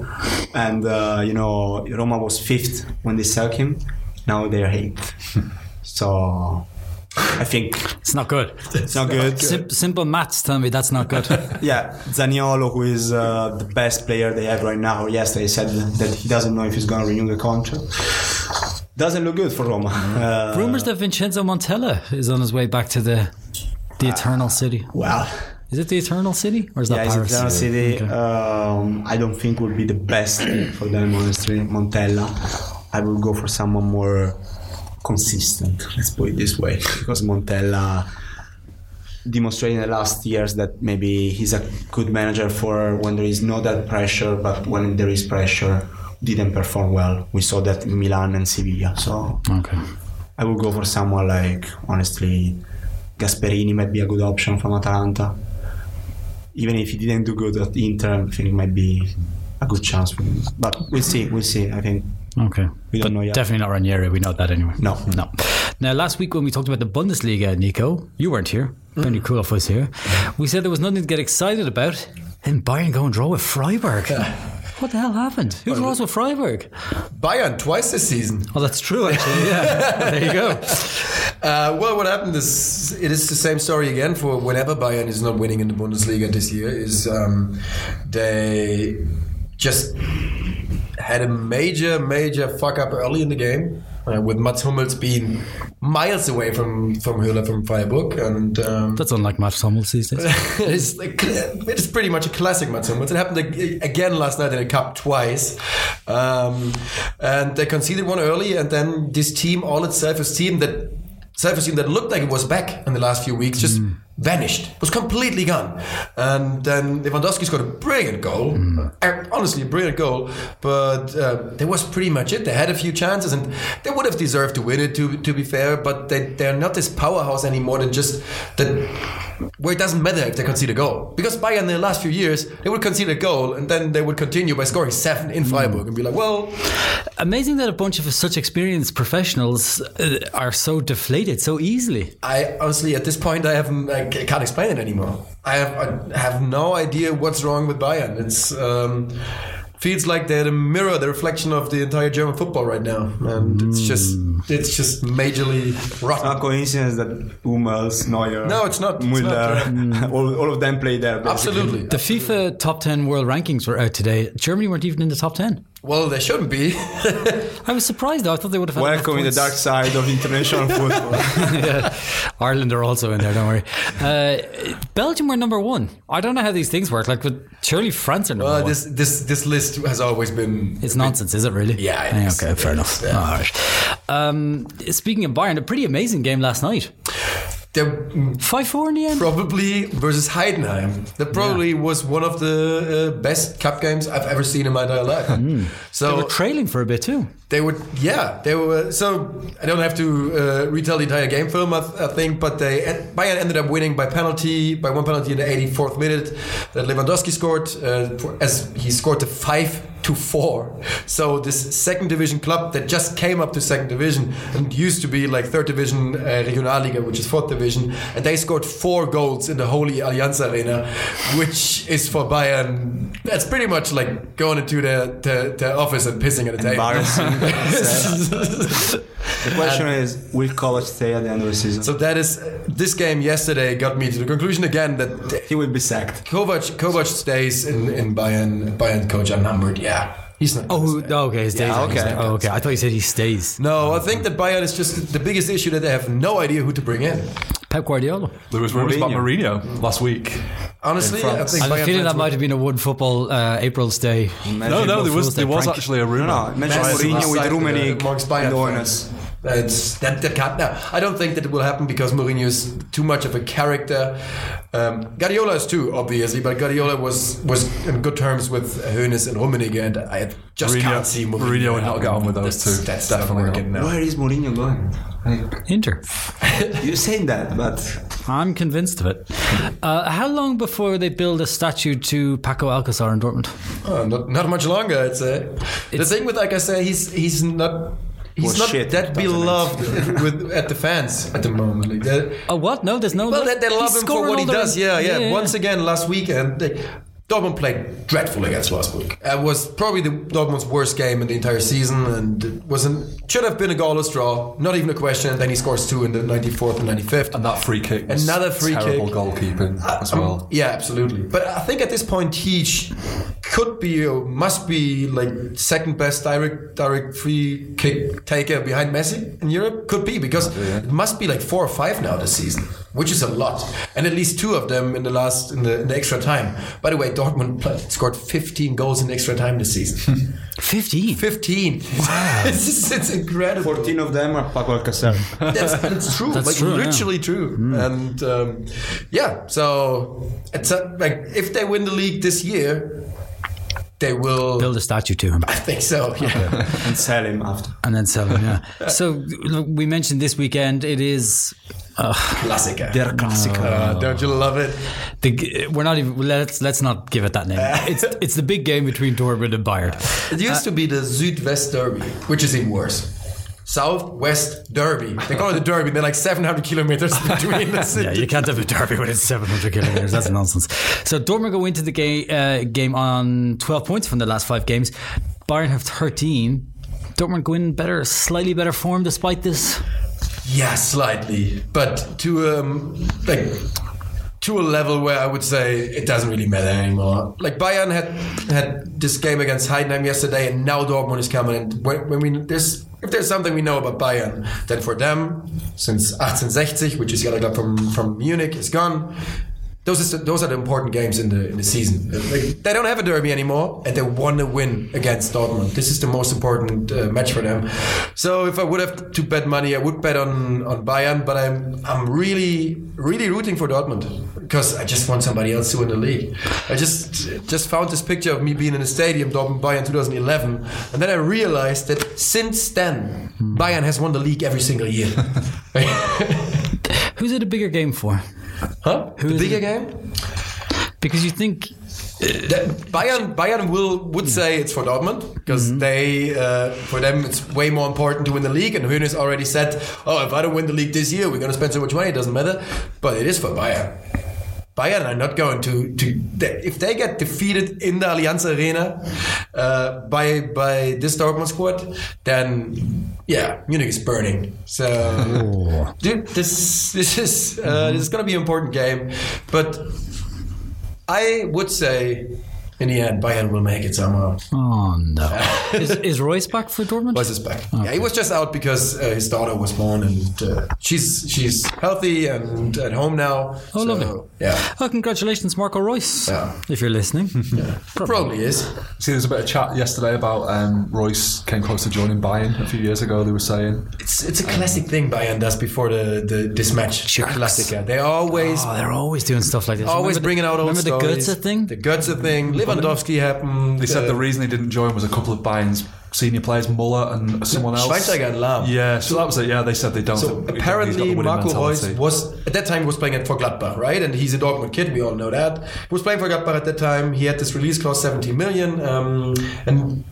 Speaker 4: and uh, you know Roma was fifth when they sacked him. Now they're
Speaker 1: (laughs)
Speaker 4: eighth. so I think
Speaker 1: it's not good.
Speaker 4: it's not good.
Speaker 1: Sim- simple maths tell me that's not
Speaker 4: (laughs)
Speaker 1: good.
Speaker 4: Yeah, Zaniolo, who is uh, the best player they have right now, yesterday said that he doesn't know if he's going to renew the contract. Doesn't look good for Roma. Uh,
Speaker 1: Rumors that Vincenzo Montella is on his way back to the the
Speaker 4: Uh,
Speaker 1: Eternal City.
Speaker 4: Well,
Speaker 1: Is it the Eternal City or is that
Speaker 4: yeah, it's
Speaker 1: Paris?
Speaker 4: Eternal City.
Speaker 1: Okay.
Speaker 4: Um, I don't think will be the best (coughs) pick for them, honestly. Montella. I will go for someone more consistent. Let's put it this way, (laughs) because Montella demonstrated in the last years that maybe he's a good manager for when there is not that pressure, but when there is pressure, didn't perform well. We saw that in Milan and Sevilla. So
Speaker 1: Okay.
Speaker 4: I would go for someone like honestly Gasperini might be a good option from Atalanta. Even if he didn't do good at Inter, I think it might be a good chance for him. But we'll see, we'll see. I think
Speaker 1: Okay.
Speaker 4: We don't
Speaker 1: but
Speaker 4: know yet.
Speaker 1: Definitely not Ranieri. We know that anyway.
Speaker 4: No.
Speaker 1: No. Now, last week when we talked about the Bundesliga, Nico, you weren't here.
Speaker 4: Mm.
Speaker 1: Benny Kuloff was here. We said there was nothing to get excited about. And Bayern go and draw with Freiburg. What the hell happened? Who's lost with Freiburg?
Speaker 3: Bayern twice this season.
Speaker 1: Oh, that's (laughs) true, actually.
Speaker 4: (laughs)
Speaker 1: Yeah. there you go.
Speaker 3: Uh, well, what happened is it is the same story again for whenever Bayern is not winning in the Bundesliga this year. Is um, they just had a major, major fuck up early in the game. Uh, with Mats Hummels being miles away from from Höhler from Freiburg, and um,
Speaker 1: That's unlike Matt Hummels these days.
Speaker 3: (laughs) it's like, it's pretty much a classic Mats Hummels. It happened ag- again last night in a cup twice, um, and they conceded one early, and then this team, all its self-esteem that self-esteem that looked like it was back in the last few weeks, just vanished. It was completely gone. And then Lewandowski scored a brilliant goal, uh, honestly a brilliant goal. But uh, that was pretty much it. They had a few chances, and they would have deserved to win it. To to be fair, but they they're not this powerhouse anymore. Than just that where it doesn't matter if they concede a goal. Because Bayern in the last few years, they would concede a goal and then they would continue by scoring seven in Freiburg and be like, well,
Speaker 1: Amazing that a bunch of such experienced professionals uh, are so deflated so easily.
Speaker 3: I honestly, at this point, I haven't, I ca- can't explain it anymore. I have, I have no idea what's wrong with Bayern. It's, um, feels like they're the mirror, the reflection of the entire German football right now. And it's just, it's just majorly
Speaker 4: It's not
Speaker 3: rotten.
Speaker 4: coincidence that Hummels, Neuer,
Speaker 3: No, it's not. It's
Speaker 4: Müller,
Speaker 3: not.
Speaker 4: (laughs) all, all of them play there. basically.
Speaker 3: Absolutely.
Speaker 1: The FIFA top 10 world rankings were out today. Germany weren't even in the top 10.
Speaker 3: Well, they shouldn't be. (laughs)
Speaker 1: I was surprised, though. I thought they would have had enough
Speaker 4: Welcome in the
Speaker 1: points.
Speaker 4: dark side of international football.
Speaker 1: (laughs) yeah. Ireland are also in there. Don't worry. Uh, Belgium were number one. I don't know how these things work. Like, but surely France are number
Speaker 3: Uh,
Speaker 1: one.
Speaker 3: this, this, this list has always been
Speaker 1: it's nonsense, is it really?
Speaker 3: Yeah, it
Speaker 1: Eh,
Speaker 3: is.
Speaker 1: okay,
Speaker 3: It
Speaker 1: fair
Speaker 3: is,
Speaker 1: enough.
Speaker 3: yeah.
Speaker 1: All right. Um, speaking of Bayern, a pretty amazing game last night.
Speaker 3: they're
Speaker 1: Five four in the end.
Speaker 3: probably versus Heidenheim. That probably was one of the uh, best cup games I've ever seen in my entire life.
Speaker 1: Hmm. they were
Speaker 3: So
Speaker 1: trailing for a bit too.
Speaker 3: they would, yeah, they were. So I don't have to uh, retell the entire game film, I, th- I think, but they en- Bayern ended up winning by penalty, by one penalty in the 84th minute that Lewandowski scored, uh, for- as he scored the five to four. So this second division club that just came up to second division and used to be like third division uh, Regionalliga, which is fourth division, and they scored four goals in the Holy Allianz Arena, which is for Bayern. That's pretty much like going into their their, their office and pissing at a table.
Speaker 4: (laughs) Embarrassing. the question is, will Kovac stay at the end of the season?
Speaker 3: (laughs) So that is this game yesterday got me to the conclusion again that
Speaker 4: he will be sacked.
Speaker 3: Kovac Kovac stays in, in Bayern Bayern coach unnumbered. Yeah, he's not. gonna
Speaker 1: Oh,
Speaker 3: stay.
Speaker 1: okay. His days
Speaker 4: Yeah,
Speaker 1: are-
Speaker 4: okay.
Speaker 1: Oh, okay. I thought you said he stays.
Speaker 3: No, I think that Bayern is just the biggest issue that they have no idea who to bring in.
Speaker 1: Pep Guardiola.
Speaker 5: There was rumors about
Speaker 4: Mourinho.
Speaker 5: Mourinho last week.
Speaker 3: Honestly, I think
Speaker 1: I have a
Speaker 3: Bayern
Speaker 1: feeling
Speaker 3: fans
Speaker 1: that might
Speaker 3: would-
Speaker 1: have been a one football uh, April's Day.
Speaker 5: No, no, there was
Speaker 1: Thursday
Speaker 5: there was
Speaker 1: prank.
Speaker 5: actually a rumor.
Speaker 4: No, imagine
Speaker 3: Massive
Speaker 4: Mourinho with
Speaker 3: upside, uh,
Speaker 4: Rummenigge
Speaker 3: amongst Bayern
Speaker 4: and
Speaker 3: fans.
Speaker 4: Owners.
Speaker 3: That's that, that can't. No, I don't think that it will happen because Mourinho is too much of a character. Um, Guardiola is too, obviously, but Guardiola was was in good terms with Hoeneß and Rummenigge, and I just
Speaker 5: Mourinho-
Speaker 3: can't see Mourinho.
Speaker 5: Mourinho would not get on with those
Speaker 3: that's,
Speaker 5: two.
Speaker 3: That's definitely
Speaker 5: Definitely
Speaker 3: not working now.
Speaker 4: Where is Mourinho going? Like,
Speaker 1: Inter.
Speaker 4: you're saying that, but
Speaker 1: I'm convinced of it. Uh, how long before they build a statue to Paco Alcazar in Dortmond?
Speaker 3: Uh, not, not much longer. I'd say. the thing with like I say, he's he's not. He's
Speaker 4: Well,
Speaker 3: not
Speaker 4: shit,
Speaker 3: that
Speaker 4: doesn't it?
Speaker 3: beloved with, at the fans at the moment. Like that,
Speaker 1: Oh, what? No, there's no.
Speaker 3: well, they, they love
Speaker 1: He's
Speaker 3: him for
Speaker 1: scoring
Speaker 3: what he
Speaker 1: all the-
Speaker 3: does. Yeah, yeah. Once again, last weekend, they, Dortmund played dreadful against Wolfsburg. It was probably the Dortmund's worst game in the entire season, and it wasn't should have been a goalless draw. Not even a question. Then he scores two in the 94th and 95th.
Speaker 5: And that free kick was
Speaker 3: Another free
Speaker 5: terrible
Speaker 3: kick. Uh,
Speaker 5: goalkeeping as well.
Speaker 3: Yeah, absolutely. But I think at this point he sh- could be or must be like second best direct direct free kick taker behind Messi in Europe. Could be because it must be like four or five now this season, which is a lot, and at least two of them in the last in the, in the extra time. By the way, Dortmund (laughs) pl- scored 15 goals in extra time this (laughs) season.
Speaker 1: fifteen.
Speaker 3: (laughs) 15. Wow, it's, just- it's incredible.
Speaker 4: 14 of them are Paco (laughs) Alcacer.
Speaker 3: That's, that's true.
Speaker 1: That's
Speaker 3: like
Speaker 1: true, yeah. Hmm.
Speaker 3: literally true. And um, yeah, so it's a, like if they win the league this year, they will.
Speaker 1: Build a statue to him
Speaker 3: I think so. (laughs) Yeah.
Speaker 4: and sell him after.
Speaker 1: and then sell him.
Speaker 3: (laughs)
Speaker 1: Yeah. so look, we mentioned this weekend. It is
Speaker 3: Classica.
Speaker 4: They're classic.
Speaker 3: Uh, don't you love it?
Speaker 1: the. g- We're not even. Let's let's not give it that
Speaker 3: (laughs)
Speaker 1: name. It's it's the big game between Dortmund and Bayern.
Speaker 3: It used to be the Südwest Derby, which is even worse. Southwest Derby. They call it the Derby. They're like 700 kilometers (laughs) between
Speaker 1: (laughs)
Speaker 3: the
Speaker 1: Yeah,
Speaker 3: cities.
Speaker 1: you can't have a derby when it's 700 kilometers. That's nonsense. So Dortmund go into the ga- uh, game on 12 points from the last five games. Bayern have 13. Dortmund go in better, slightly better form despite this.
Speaker 3: Yeah, slightly, but to um like to a level where I would say it doesn't really matter anymore. Like Bayern had had this game against Heidenheim yesterday, and now Dortmund is coming. And when, when we there's if there's something we know about Bayern, then for them since 1860, which is the other club from from Munich, is gone. Those, is the, those are the important games in the in the season. Like, they don't have a derby anymore, and they want to win against Dortmund. This is the most important uh, match for them. So if I would have to bet money, I would bet on on Bayern. But I'm I'm really really rooting for Dortmund because I just want somebody else to win the league. I just just found this picture of me being in a stadium Dortmund Bayern 2011, and then I realized that since then
Speaker 1: Hmm.
Speaker 3: Bayern has won the league every single year.
Speaker 1: (laughs)
Speaker 3: (laughs)
Speaker 1: Who's it a bigger game for?
Speaker 3: huh? the
Speaker 1: is
Speaker 3: bigger
Speaker 1: it?
Speaker 3: game?
Speaker 1: Because you think
Speaker 3: That- Bayern Bayern will would say it's for Dortmund because they uh, for them it's way more important to win the league and Hoeneß already said oh if I don't win the league this year we're going to spend so much money it doesn't matter but it is for Bayern Bayern are not going to to they, if they get defeated in the Allianz Arena uh, by by this Dortmund squad then yeah Munich is burning so dude this this is uh, this is going to be an important game but I would say, in the end, Bayern will make it somehow.
Speaker 1: Oh no! is, is Royce back for Dortmund?
Speaker 3: Was his back? Yeah, he was just out because uh, his daughter was born, and uh, she's she's healthy and at home now.
Speaker 1: Oh,
Speaker 3: so,
Speaker 1: lovely.
Speaker 3: Yeah,
Speaker 1: Oh, congratulations, Marco Royce!
Speaker 3: Yeah.
Speaker 1: If you're
Speaker 3: (laughs)
Speaker 1: listening,
Speaker 3: probably is.
Speaker 5: See, there was a bit of chat yesterday about um, Royce came close to joining Bayern a few years ago. They were saying
Speaker 3: It's it's a classic thing Bayern does before the, the this match.
Speaker 1: Jerks.
Speaker 3: Classica. They always.
Speaker 1: oh, they're always doing stuff like this.
Speaker 3: Always
Speaker 1: Remember the-
Speaker 3: bringing out old
Speaker 1: Remember
Speaker 3: stories.
Speaker 1: the Goetze thing?
Speaker 3: The Götze thing. Lewandowski happened.
Speaker 5: they said
Speaker 3: uh,
Speaker 5: the reason he didn't join was a couple of Bayern's senior players, Muller and someone else.
Speaker 3: Schweinsteiger and Lahm.
Speaker 5: Yeah, so that was it. Yeah, they said they don't.
Speaker 3: So
Speaker 5: think- he's got- he's got
Speaker 3: apparently
Speaker 5: the winning
Speaker 3: Marco Reus
Speaker 5: mentality.
Speaker 3: was at that time he was playing at for Gladbach, right? And he's a Dortmund kid, we all know that. He was playing for Gladbach at that time. He had this release clause, 17 million, um, and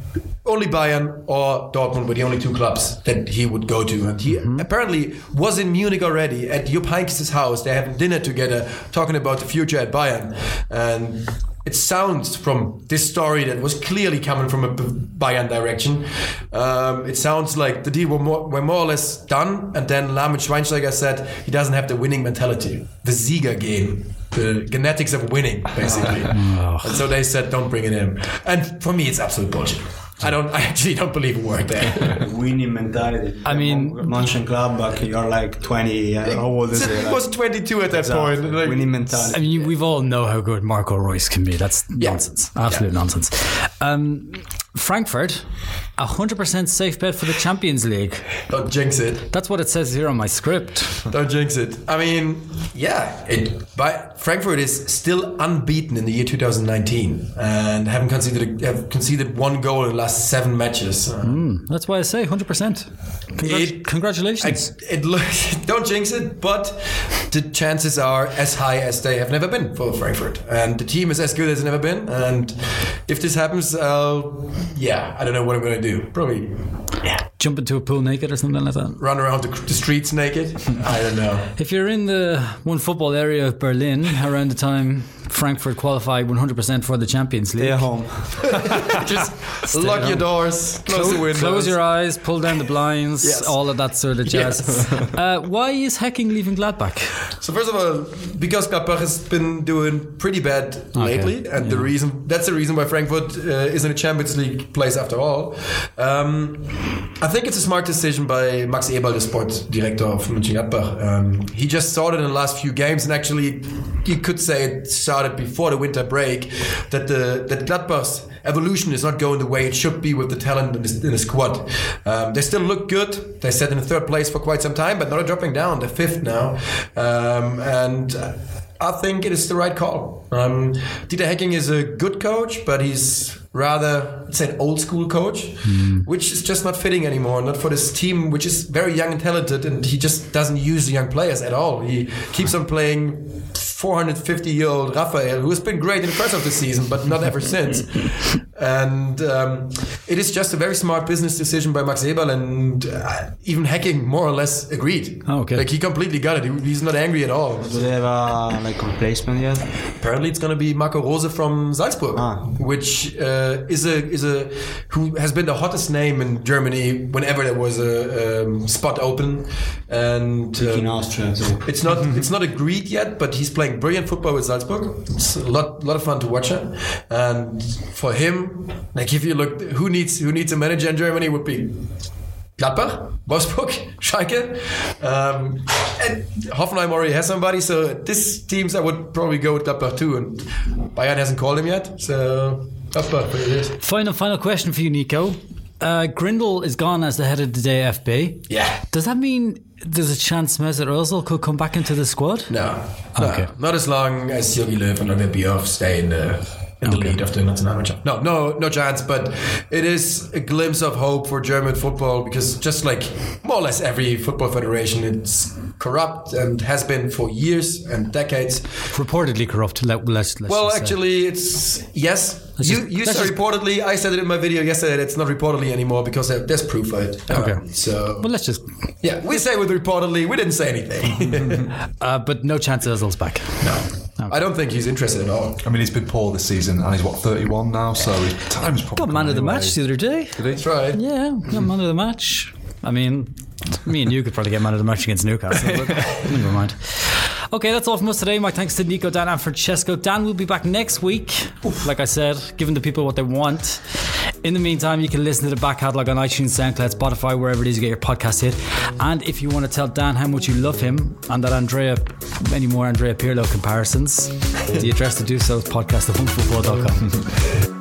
Speaker 3: only Bayern or Dortmund were the only two clubs that he would go to. And he apparently was in Munich already at Jupp Heynckes' house. They're having dinner together, talking about the future at Bayern. And it sounds from this story that was clearly coming from a B- Bayern direction. Um, it sounds like the deal were more, were more or less done, and then Lahm and Schweinsteiger said he doesn't have the winning mentality, the Sieger game, the genetics of winning, basically. and so they said, don't bring it in. And for me, it's absolute bullshit. I don't. I actually don't believe a word there.
Speaker 4: winning mentality.
Speaker 1: I mean-
Speaker 4: Munchen club, but you're like 20. I don't know how
Speaker 3: (laughs)
Speaker 4: old (laughs) is it?
Speaker 3: it
Speaker 4: Like,
Speaker 3: was 22 at that
Speaker 4: exactly.
Speaker 3: point. Like,
Speaker 4: winning
Speaker 1: I
Speaker 4: mentality.
Speaker 1: mean, you- we've all know how good Marco Royce can be. That's nonsense. Absolute nonsense. Um, Frankfurt, 100% safe bet for the Champions League.
Speaker 3: don't jinx it.
Speaker 1: That's what it says here on my script.
Speaker 3: Don't jinx it. I mean, yeah, it, but Frankfurt is still unbeaten in the year 2019 and haven't conceded have conceded one goal in the last seven matches. Uh,
Speaker 1: Hmm. That's why I say 100%. Congrat-
Speaker 3: It- I,
Speaker 1: congratulations.
Speaker 3: it looks (laughs) don't jinx it, but the chances are as high as they have never been for Frankfurt, and the team is as good as it's never been. And if this happens, I'll, yeah, I don't know what I'm gonna do. Probably
Speaker 1: Jump into a pool naked or something like that.
Speaker 3: run around the, the streets naked. I
Speaker 1: (laughs)
Speaker 3: don't know.
Speaker 1: If you're in the one football area of Berlin around the time Frankfurt qualified 100% for the Champions League,
Speaker 4: Stay at home.
Speaker 3: Just lock your doors, close, the windows,
Speaker 1: Close your eyes, pull down the blinds, all of that sort of jazz.
Speaker 3: (laughs)
Speaker 1: Uh, why is Hecking leaving Gladbach?
Speaker 3: So first of all, because Gladbach has been doing pretty bad lately, and the reason that's the reason why Frankfurt uh, is in a Champions League place after all. Um, I think it's a smart decision by Max Eberl, the sports director of Mönchengladbach. Um, he just saw it in the last few games, and actually, you could say it started before the winter break that the that Gladbach's evolution is not going the way it should be with the talent in the, in the squad. Um, they still look good. They sat in third place for quite some time, but now they're dropping down. They're fifth now, um, and. uh, I think it is the right call. Um, Dieter Hecking is a good coach, but he's rather it's an old school coach, which is just not fitting anymore. Not for this team, which is very young and talented, and he just doesn't use the young players at all. He keeps on playing 450 year old Rafael, who has been great in the first of the season, but not ever since. And um, it is just a very smart business decision by Max Eberl, and uh, even Hacking more or less agreed.
Speaker 1: Oh, okay.
Speaker 3: Like he completely got it. He, he's not angry at all.
Speaker 4: Do they have a like replacement yet?
Speaker 3: Apparently, it's going to be Marco Rose from Salzburg,
Speaker 4: Ah.
Speaker 3: which uh, is a is a who has been the hottest name in Germany whenever there was a um, spot open, and
Speaker 4: In
Speaker 3: um,
Speaker 4: Austria too.
Speaker 3: it's not it's not agreed yet, but he's playing brilliant football with Salzburg. It's a lot lot of fun to watch it, and for him, like if you look, who needs who needs a manager in Germany would be. Gladbach, (laughs) Wolfsburg, Schalke, um, and Hoffenheim already has somebody. So these teams, I would probably go with Gladbach too. And Bayern hasn't called him yet, so Gladbach. but it is.
Speaker 1: Final, final question for you, Nico. Uh, Grindel is gone as the head of the day FB.
Speaker 3: Yeah.
Speaker 1: Does that mean there's a chance Mesut Ozil could come back into the squad?
Speaker 3: No, no,
Speaker 1: Ah, Okay.
Speaker 3: not as long as Yogi Löw and Oliver Bierhoff stay in the in the lead of the Nationalmannschaft. No, no, no chance. But it is a glimpse of hope for German football because just like more or less every football federation, it's corrupt and has been for years and decades.
Speaker 1: Reportedly corrupt. Let, let's, let's
Speaker 3: Well,
Speaker 1: just say.
Speaker 3: actually, it's yes.
Speaker 1: Let's
Speaker 3: you
Speaker 1: just-
Speaker 3: you
Speaker 1: let's
Speaker 3: said
Speaker 1: just-
Speaker 3: reportedly. I said it in my video yesterday. That it's not reportedly anymore because there- there's proof of it.
Speaker 1: Okay.
Speaker 3: Um, so
Speaker 1: Well, let's just.
Speaker 3: yeah, we say with reportedly. We didn't say anything. (laughs)
Speaker 1: Uh, but no chance Ozil's back.
Speaker 3: I don't think he's interested at all.
Speaker 5: I mean, he's been poor this season, and he's what 31 now, so his time's probably.
Speaker 1: Got man
Speaker 5: gone
Speaker 1: of the
Speaker 5: anyway.
Speaker 1: match the other day.
Speaker 5: Did
Speaker 3: That's
Speaker 5: he?
Speaker 3: right.
Speaker 1: Yeah, got man of the match. I mean, me and you could probably get man of the match against Newcastle, (laughs) but never mind. Okay, that's all from us today. My thanks to Nico, Dan, and Francesco. Dan will be back next week, like I said, giving the people what they want. In the meantime, you can listen to the back catalogue on iTunes, SoundCloud, Spotify, wherever it is you get your podcast hit. And if you want to tell Dan how much you love him and that Andrea, any (laughs) more Andrea Pirlo comparisons, the address to do so is podcast at